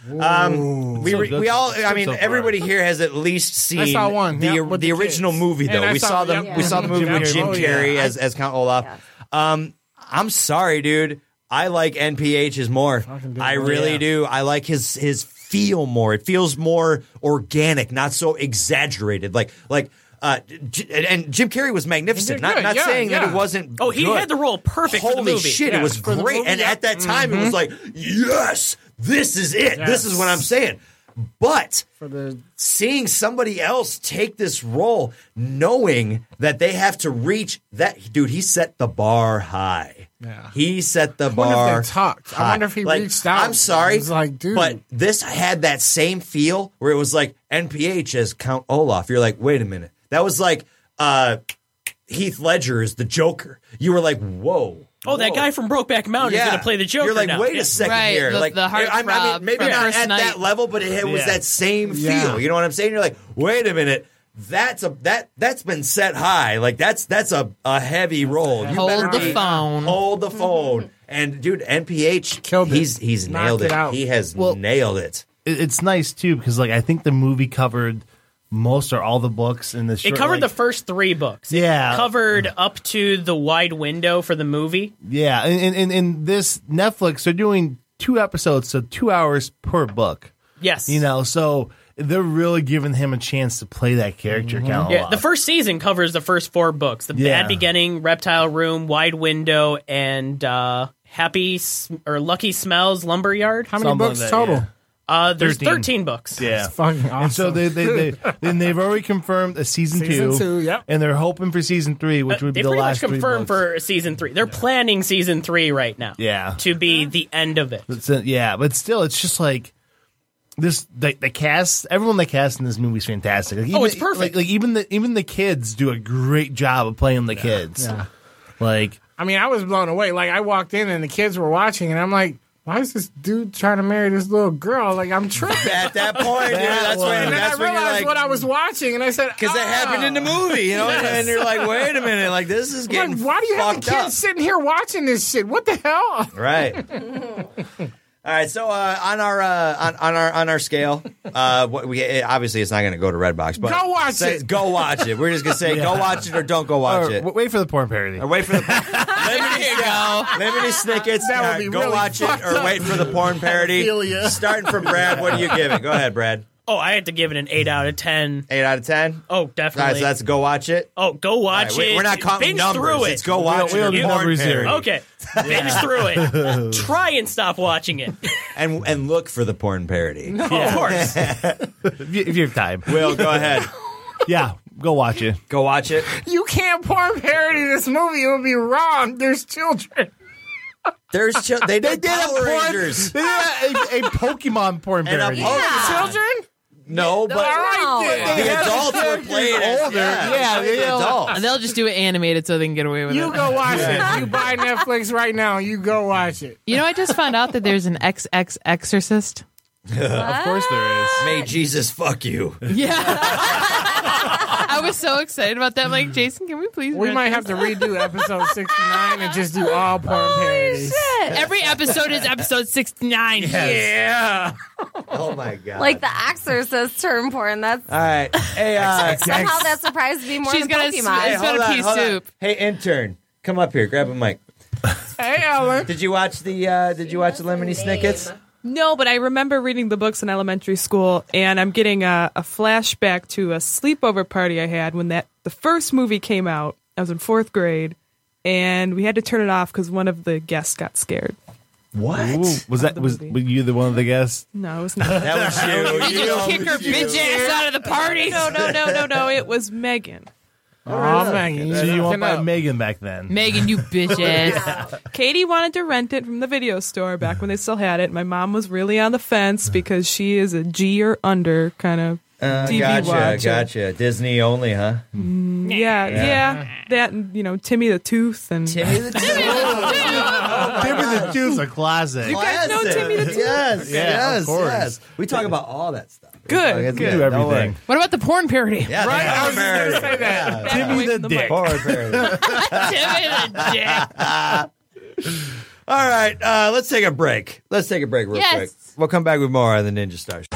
S2: Um, we
S7: So
S2: re-
S7: good-
S2: we all.
S7: that's
S2: I
S7: good
S2: mean,
S7: so far.
S2: everybody here has at least seen
S7: I saw one,
S2: the
S7: yeah,
S2: the,
S7: with the
S2: original
S7: kids.
S2: movie
S7: And
S2: though.
S7: I
S2: We
S7: saw
S2: saw
S7: the-
S2: the
S7: yeah.
S2: we saw the movie
S7: Jim
S2: with Jim
S7: Carrey. Oh,
S2: Carrey
S7: yeah.
S2: as as Count Olaf. Um, I'm sorry, dude. I like NPH's more. I really
S7: Yeah.
S2: do. I like his his feel more. It feels more organic, not so exaggerated. Like like. Uh, J- and- and Jim Carrey was magnificent. Not,
S6: good,
S2: not
S6: yeah,
S2: saying that
S6: yeah.
S2: it wasn't.
S6: Oh, he
S2: good.
S6: had the role perfect for
S2: Holy
S6: the movie.
S2: shit,
S6: Yeah.
S2: it was
S6: For the
S2: great.
S6: movie,
S2: and
S6: yeah.
S2: at that time, it was
S7: Mm-hmm.
S6: Mhm.
S2: like, yes, this is it. This is what I'm saying. But
S8: for the
S2: seeing somebody else take this role, knowing that they have to reach that dude, he set the bar high.
S8: Yeah.
S2: He set the
S8: I wonder if
S2: bar.
S8: they talked. I
S2: high.
S8: wonder if he
S2: Like,
S8: reached out.
S2: I'm sorry,
S8: He's like, dude.
S2: but this had that same feel where it was like NPH as Count Olaf. You're like, wait a minute, that was like uh, Heath Ledger is the Joker. You were like, whoa.
S6: Oh, that guy from Brokeback Mountain is
S2: Yeah.
S6: going to play the Joker.
S2: You're like,
S6: now.
S2: wait
S6: Yeah.
S2: a second here. like, I, mean, I mean, maybe not at that level, but it, it was
S6: Yeah.
S2: that same feel.
S6: Yeah.
S2: You know what I'm saying? You're like, wait a minute. That's a that that's been set high. Like that's that's a, a heavy roll. You
S5: Hold
S2: better
S5: the
S2: be-
S5: phone.
S2: Hold the phone. And dude, NPH killed He's he's
S3: Knocked
S2: nailed
S3: it
S2: it.
S3: out.
S2: He has nailed it.
S3: It- It's nice too because like I think the movie covered most or all the books in this.
S6: It covered the first three books. It
S3: Yeah.
S6: covered up to the wide window for the movie.
S3: yeah, and and, and and this Netflix they're doing two episodes, so two hours per book.
S6: Yes.
S3: you know, so they're really giving him a chance to play that character. Count
S6: Yeah, the first season covers the first four books: the
S3: Yeah.
S6: Bad Beginning, Reptile Room, Wide Window, and uh, Happy S- or Lucky Smells Lumberyard. How
S8: many Something books like that, total? yeah.
S6: Uh, there's
S3: 13.
S6: 13. books. Uh,
S3: Yeah, And so they they, they then they've already confirmed a season,
S6: Season
S3: two.
S6: two, yep.
S3: And they're hoping for season three, which
S6: Uh,
S3: would be
S6: they
S3: the
S6: pretty
S3: last
S6: much
S3: three
S6: confirmed
S3: books.
S6: for season three. They're planning season three right now.
S3: Yeah.
S6: to be the end of it.
S3: It's a- yeah, but still, it's just like this. The, the cast, everyone they cast in this movie is fantastic. Like,
S6: Oh, it's perfect.
S3: Like, like, even the even the kids do a great job of playing the kids.
S8: yeah.
S3: Like
S8: I mean, I was blown away. Like I walked in and the kids were watching, and I'm like, why is this dude trying to marry this little girl? Like I'm tripping.
S2: At that point, dude, that's when-
S8: And then
S2: that's
S8: I
S2: when you're
S8: realized
S2: like-
S8: what I was watching, and I said, "Oh."
S2: Because that happened in the
S3: Ah.
S2: movie, you know? And you're like, wait a minute, like this is
S8: Like,
S2: getting
S8: why do you have the
S2: fucked
S8: kids
S2: up.
S8: sitting here watching this shit? What the hell?
S2: Right. All right, so uh, on our uh, on, on our on our scale, uh, what we it, obviously it's not going to go to Redbox, but
S3: Go watch
S2: say-
S3: it.
S2: Go watch it. We're just going to say go
S3: Yeah.
S2: watch it or don't go watch
S3: Or
S2: it.
S3: w- wait for the porn parody.
S2: Or wait for the Lemony, there Lemony Snickets.
S3: That
S2: uh,
S3: would be
S2: go
S3: really
S2: watch it
S3: fucked
S2: or
S3: up.
S2: wait for the porn parody.
S3: Pedophilia.
S2: Starting from Brad, what do you give it? Go ahead, Brad.
S6: Oh, I had to give it an eight out of ten.
S2: Eight out of ten.
S6: Oh,
S2: All
S6: definitely.
S2: right, so that's go watch it.
S6: Oh, go watch
S2: All right, we-
S6: it.
S2: we're not counting
S6: Binge
S2: numbers.
S6: Through it.
S2: It's go watch
S3: We don't- we
S6: it.
S3: don't do numbers here.
S6: Okay, binge through it. Try and stop watching it.
S2: and and look for the porn parody.
S6: No, of course.
S3: if, you, if you have time,
S2: Will, go ahead.
S3: yeah, go watch it.
S2: Go watch it.
S8: You can't porn parody this movie. It would be wrong. There's children.
S2: There's chil- they did Power Rangers.
S3: They did a, a, a Pokemon porn
S2: And a
S3: parody.
S2: Pokemon- Yeah.
S8: Children?
S2: No, but
S8: All right, then.
S2: the adults were playing it.
S3: older.
S2: Yeah,
S3: Yeah,
S2: they
S3: they'll-
S2: adults.
S5: And they'll just do it animated so they can get away with it.
S8: You go watch
S5: Yeah.
S8: it. You buy Netflix right now. You go watch it.
S5: You know, I just found out that there's an XX exorcist.
S3: of course there is.
S2: May Jesus fuck you.
S5: I was so excited about that. I'm like, Jason, can we please?
S8: We
S5: watch
S8: might
S5: this?
S8: have to redo episode 69 and just do all porn parodies.
S5: Every episode is episode 69.
S8: Yeah.
S2: Oh my god.
S19: Like the Exorcist term porn. That's
S2: All right. Hey, uh,
S19: somehow that surprised me more
S5: She's
S19: than
S5: gonna
S19: Pokemon.
S5: sm- It's been
S2: hold
S5: a
S2: on,
S5: pea
S2: hold on.
S5: soup.
S2: Hey, intern, come up here. Grab a mic.
S8: Hey, Ellen.
S2: Did you watch the uh, Did you watch the Lemony Snickets?
S11: No, but I remember reading the books in elementary school, and I'm getting a, a flashback to a sleepover party I had when that the first movie came out. I was in fourth grade, and we had to turn it off because one of the guests got scared.
S3: What was that? Was were you the one of the guests?
S11: No, it was not.
S2: That was you.
S11: Did you kick her bitch ass out of the party? No, no, no, no, no. It was Megan.
S3: Oh,
S8: Megan,
S3: so you
S8: you
S3: want
S8: can
S3: by
S8: up.
S3: Megan back then?
S5: Megan, you bitch ass.
S11: Katie wanted to rent it from the video store back when they still had it. My mom was really on the fence because she is a G or under kind of
S2: Uh,
S11: TV
S2: gotcha,
S11: watcher.
S2: gotcha. Disney only, huh?
S11: Mm, Yeah,
S2: Yeah.
S11: yeah, That and you know Timmy the Tooth and
S2: Timmy the Tooth.
S3: Timmy the Tooth's a classic.
S11: You guys know Timmy the Tooth?
S2: Yes,
S3: Yeah,
S2: yes,
S3: of course.
S2: yes. We talk about all that stuff.
S11: Good,
S2: It's
S3: good. Do
S2: Don't worry.
S3: everything.
S5: What about the porn parody?
S2: Yeah,
S11: Right?
S2: I
S11: I was just gonna say that. Back away
S3: Timmy the
S11: from the
S3: Dick.
S2: Horror parody.
S5: Timmy the dick.
S2: All right, uh, let's take a break. Let's take a break real
S7: Yes.
S2: quick. We'll come back with more on the Ninja Stars.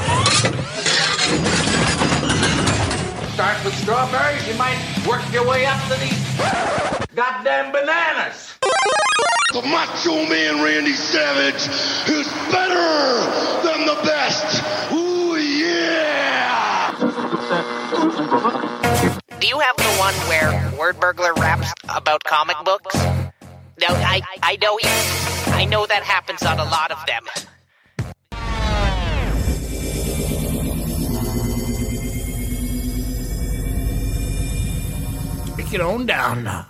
S15: Start with strawberries, you might work your way up to these goddamn bananas.
S14: The Macho Man Randy Savage is better than the best. Ooh, yeah!
S16: Do you have the one where Word Burglar raps about comic books? No, I, I know he, I know that happens on a lot of them.
S8: Pick it on down.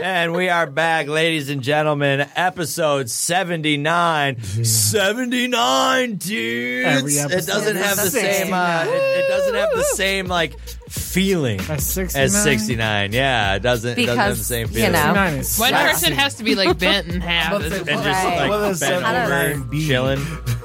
S2: And we are back, ladies and gentlemen. Episode 79. 79, dudes!
S7: Every
S2: it
S7: episode
S2: doesn't
S7: is
S2: have the same,
S7: 69.
S2: uh, it, it doesn't have the same, like, feeling as 69. Yeah, it doesn't, it doesn't have the same feeling.
S5: one person has to be like bent in half.
S2: and just like
S5: Well, that's
S2: bent
S5: so
S2: over, chilling.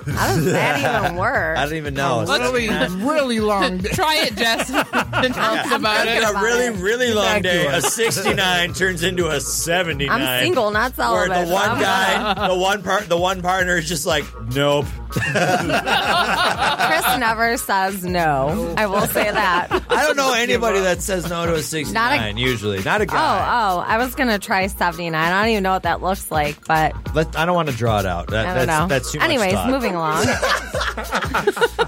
S5: How does that even
S2: work? I don't even know.
S5: A really-
S8: really long.
S5: Try it, Jess. and tell us about
S2: After
S5: it.
S2: a really, really long
S5: Back to
S2: day,
S5: it.
S2: a 69 turns into a 79.
S19: I'm single, not
S2: Where
S19: celibate.
S2: the
S19: so I'm
S2: one
S19: gonna-
S2: guy, the one part, the one partner is just like, nope.
S19: Uh, Chris never says no. I will say that.
S2: I don't know anybody that says no to a 69 usually. Not a
S19: Oh,
S2: guy.
S19: oh! I was gonna try seventy-nine. I don't even know what that looks like, but
S2: Let, I don't want to draw it out. That,
S19: uh, I don't
S2: that's,
S19: know.
S2: that's too much
S19: Anyways,
S2: thought.
S19: moving along.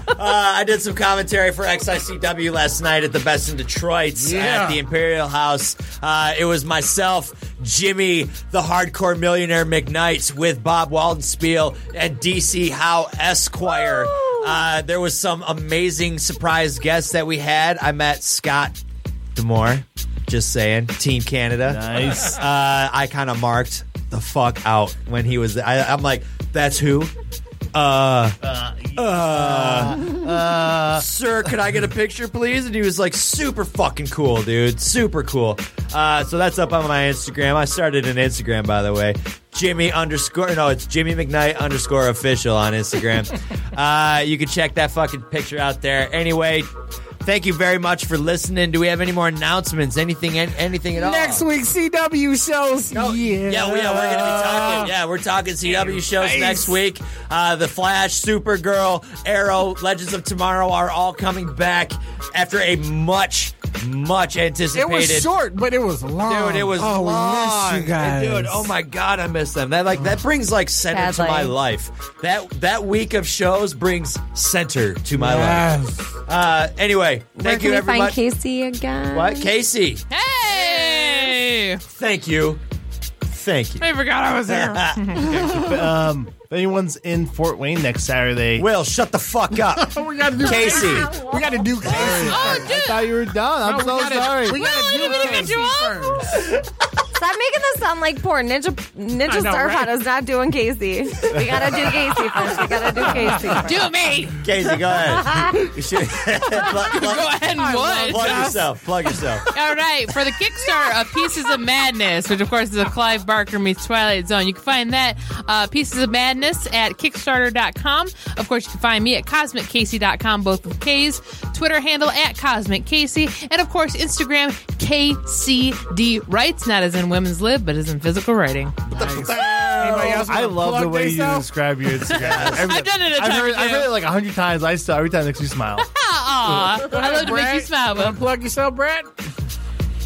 S2: uh, I did some commentary for XICW last night at the Best in Detroit
S7: Yeah.
S2: at the Imperial House. Uh, it was myself, Jimmy, the hardcore millionaire McKnights, with Bob Waldenspiel and DC Howe Esquire. Uh, there was some amazing surprise guests that we had. I met Scott Demore. Just saying, Team Canada.
S7: Nice.
S2: Uh, I kind of marked the fuck out when he was. I, I'm like, that's who. Uh, uh, sir, could I get a picture, please? And he was like, super fucking cool, dude. Super cool. Uh, so that's up on my Instagram. I started an Instagram, by the way. Jimmy underscore, no, it's Jimmy McKnight underscore official on Instagram. uh, you can check that fucking picture out there. Anyway, thank you very much for listening. Do we have any more announcements? Anything, an- anything at all?
S8: Next week, CW shows. yeah.
S2: Yeah, we- yeah, we're gonna be
S8: Ah.
S2: talking. Yeah, we're talking CW shows next week. Uh, the Flash, Supergirl, Arrow, Legends of Tomorrow are all coming back after a much, much
S8: It
S2: anticipated.
S8: was short, but it was long.
S2: Dude, it was
S8: oh,
S2: long.
S8: We miss you guys.
S2: And dude, oh my god, I miss them. That like that brings like center to
S8: Badly.
S2: my life. That that week of shows brings center to my
S8: Yes.
S2: life. Uh, anyway,
S19: Where
S2: thank
S19: can
S2: you
S19: we find
S2: everybody.
S19: Casey again?
S2: What Casey?
S5: Hey!
S2: Thank you. Thank you.
S5: I forgot I was there.
S3: um, if anyone's in Fort Wayne next Saturday, Oh
S2: Will shut the fuck up.
S8: we gotta do
S3: Casey.
S8: We gotta do Casey.
S3: Oh,
S8: I thought you were
S19: Oh,
S8: done. I'm
S3: No, we
S8: so
S3: gotta-
S8: sorry.
S3: we
S8: gotta do Casey
S19: Stop making this sound like poor Ninja
S8: I
S19: Ninja
S8: know,
S19: Star
S8: right?
S19: Hot is not doing Casey. We gotta do Casey first. We gotta do Casey. First.
S5: Do me.
S2: Casey, go ahead. You should-
S5: Go ahead and what?
S2: Plug yourself. Plug yourself.
S5: All right, for the Kickstarter of Pieces of Madness, which of course is a Clive Barker meets Twilight Zone, you can find that uh, Pieces of Madness at Kickstarter.com. Of course, you can find me at CosmicCasey.com, both with K's, Twitter handle at CosmicCasey, and of course, Instagram KCD Writes, not as in women's lib, but as in physical writing.
S8: Anybody else
S3: I
S8: wanna
S3: love the
S8: plug
S3: way you
S8: themselves?
S3: describe your Instagram.
S8: I've done it a
S3: I've
S8: time
S3: heard,
S8: or
S3: I've
S8: two.
S3: heard it like a hundred times. I still every time it makes me smile.
S5: Aw, I love to make you
S8: Brett,
S5: smile.
S8: wanna Plug yourself, Brad.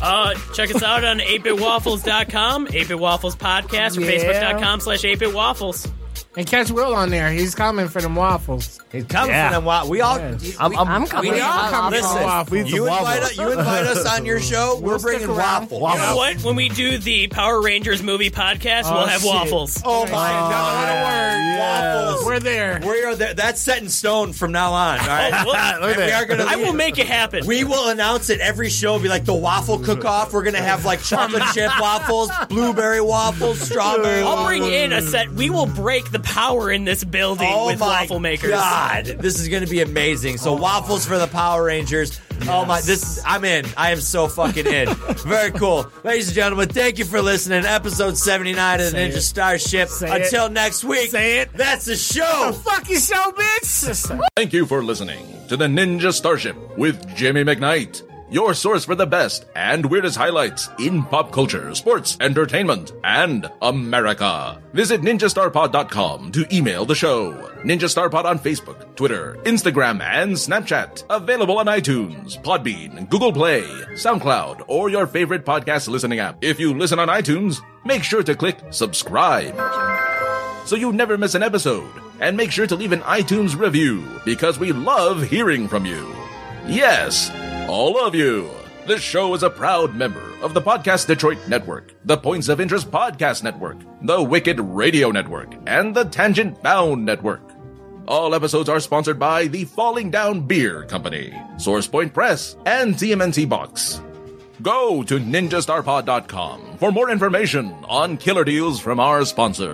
S6: Uh, check us out on 8bitwaffles.com, 8bit Waffles Podcast, or
S8: Yeah.
S6: facebook.com slash 8bit Waffles.
S8: And catch Will on there. He's coming for them waffles.
S2: He's coming for them waffles. We all.
S8: I'm,
S2: I'm coming
S8: We
S2: for
S8: all
S2: them
S8: coming
S2: waffles.
S8: for
S2: Listen,
S8: waffles.
S2: you invite- you invite us on your show, we're bringing waffles.
S6: You know what? When we do the Power Rangers movie podcast,
S2: Oh,
S6: we'll have
S2: shit.
S6: waffles.
S2: Oh, my God. Waffles.
S8: We're there.
S2: We are there. That's set in stone from now on. All right.
S6: Oh, what?
S2: And we are gonna
S6: I will make it happen.
S2: We will announce it every show. Be like the waffle cook-off. We're gonna have like chocolate chip waffles, blueberry waffles, strawberry.
S6: I'll bring
S2: waffles.
S6: in a set. We will break the power in this building
S2: Oh
S6: with
S2: my
S6: waffle makers.
S2: God, this is going to be amazing. So waffles for the Power Rangers. Oh my, this I'm in. I am so fucking in. Very cool, ladies and gentlemen. Thank you for listening. Episode seventy nine of the
S8: Say
S2: Ninja
S8: it.
S2: Starship.
S8: Say it.
S2: Until next week. Say it. That's the show.
S8: Fuck your show, bitch.
S22: Thank you for listening to the Ninja Starship with Jimmy McKnight.
S4: your source for the best and weirdest highlights in pop culture, sports, entertainment, and America. Visit ninjastarpod.com to email the show. Ninja Star Pod on Facebook, Twitter, Instagram, and Snapchat. Available on iTunes, Podbean, Google Play, SoundCloud, or your favorite podcast listening app. If you listen on iTunes, make sure to click subscribe so you never miss an episode. And make sure to leave an iTunes review because we love hearing from you. Yes, all of you. This show is a proud member of the Podcast Detroit Network, the Points of Interest Podcast Network, the Wicked Radio Network, and the Tangent Bound Network. All episodes are sponsored by the Falling Down Beer Company, Source Point Press, and TMNT Box. Go to ninjastarpod.com for more information on killer deals from our sponsors.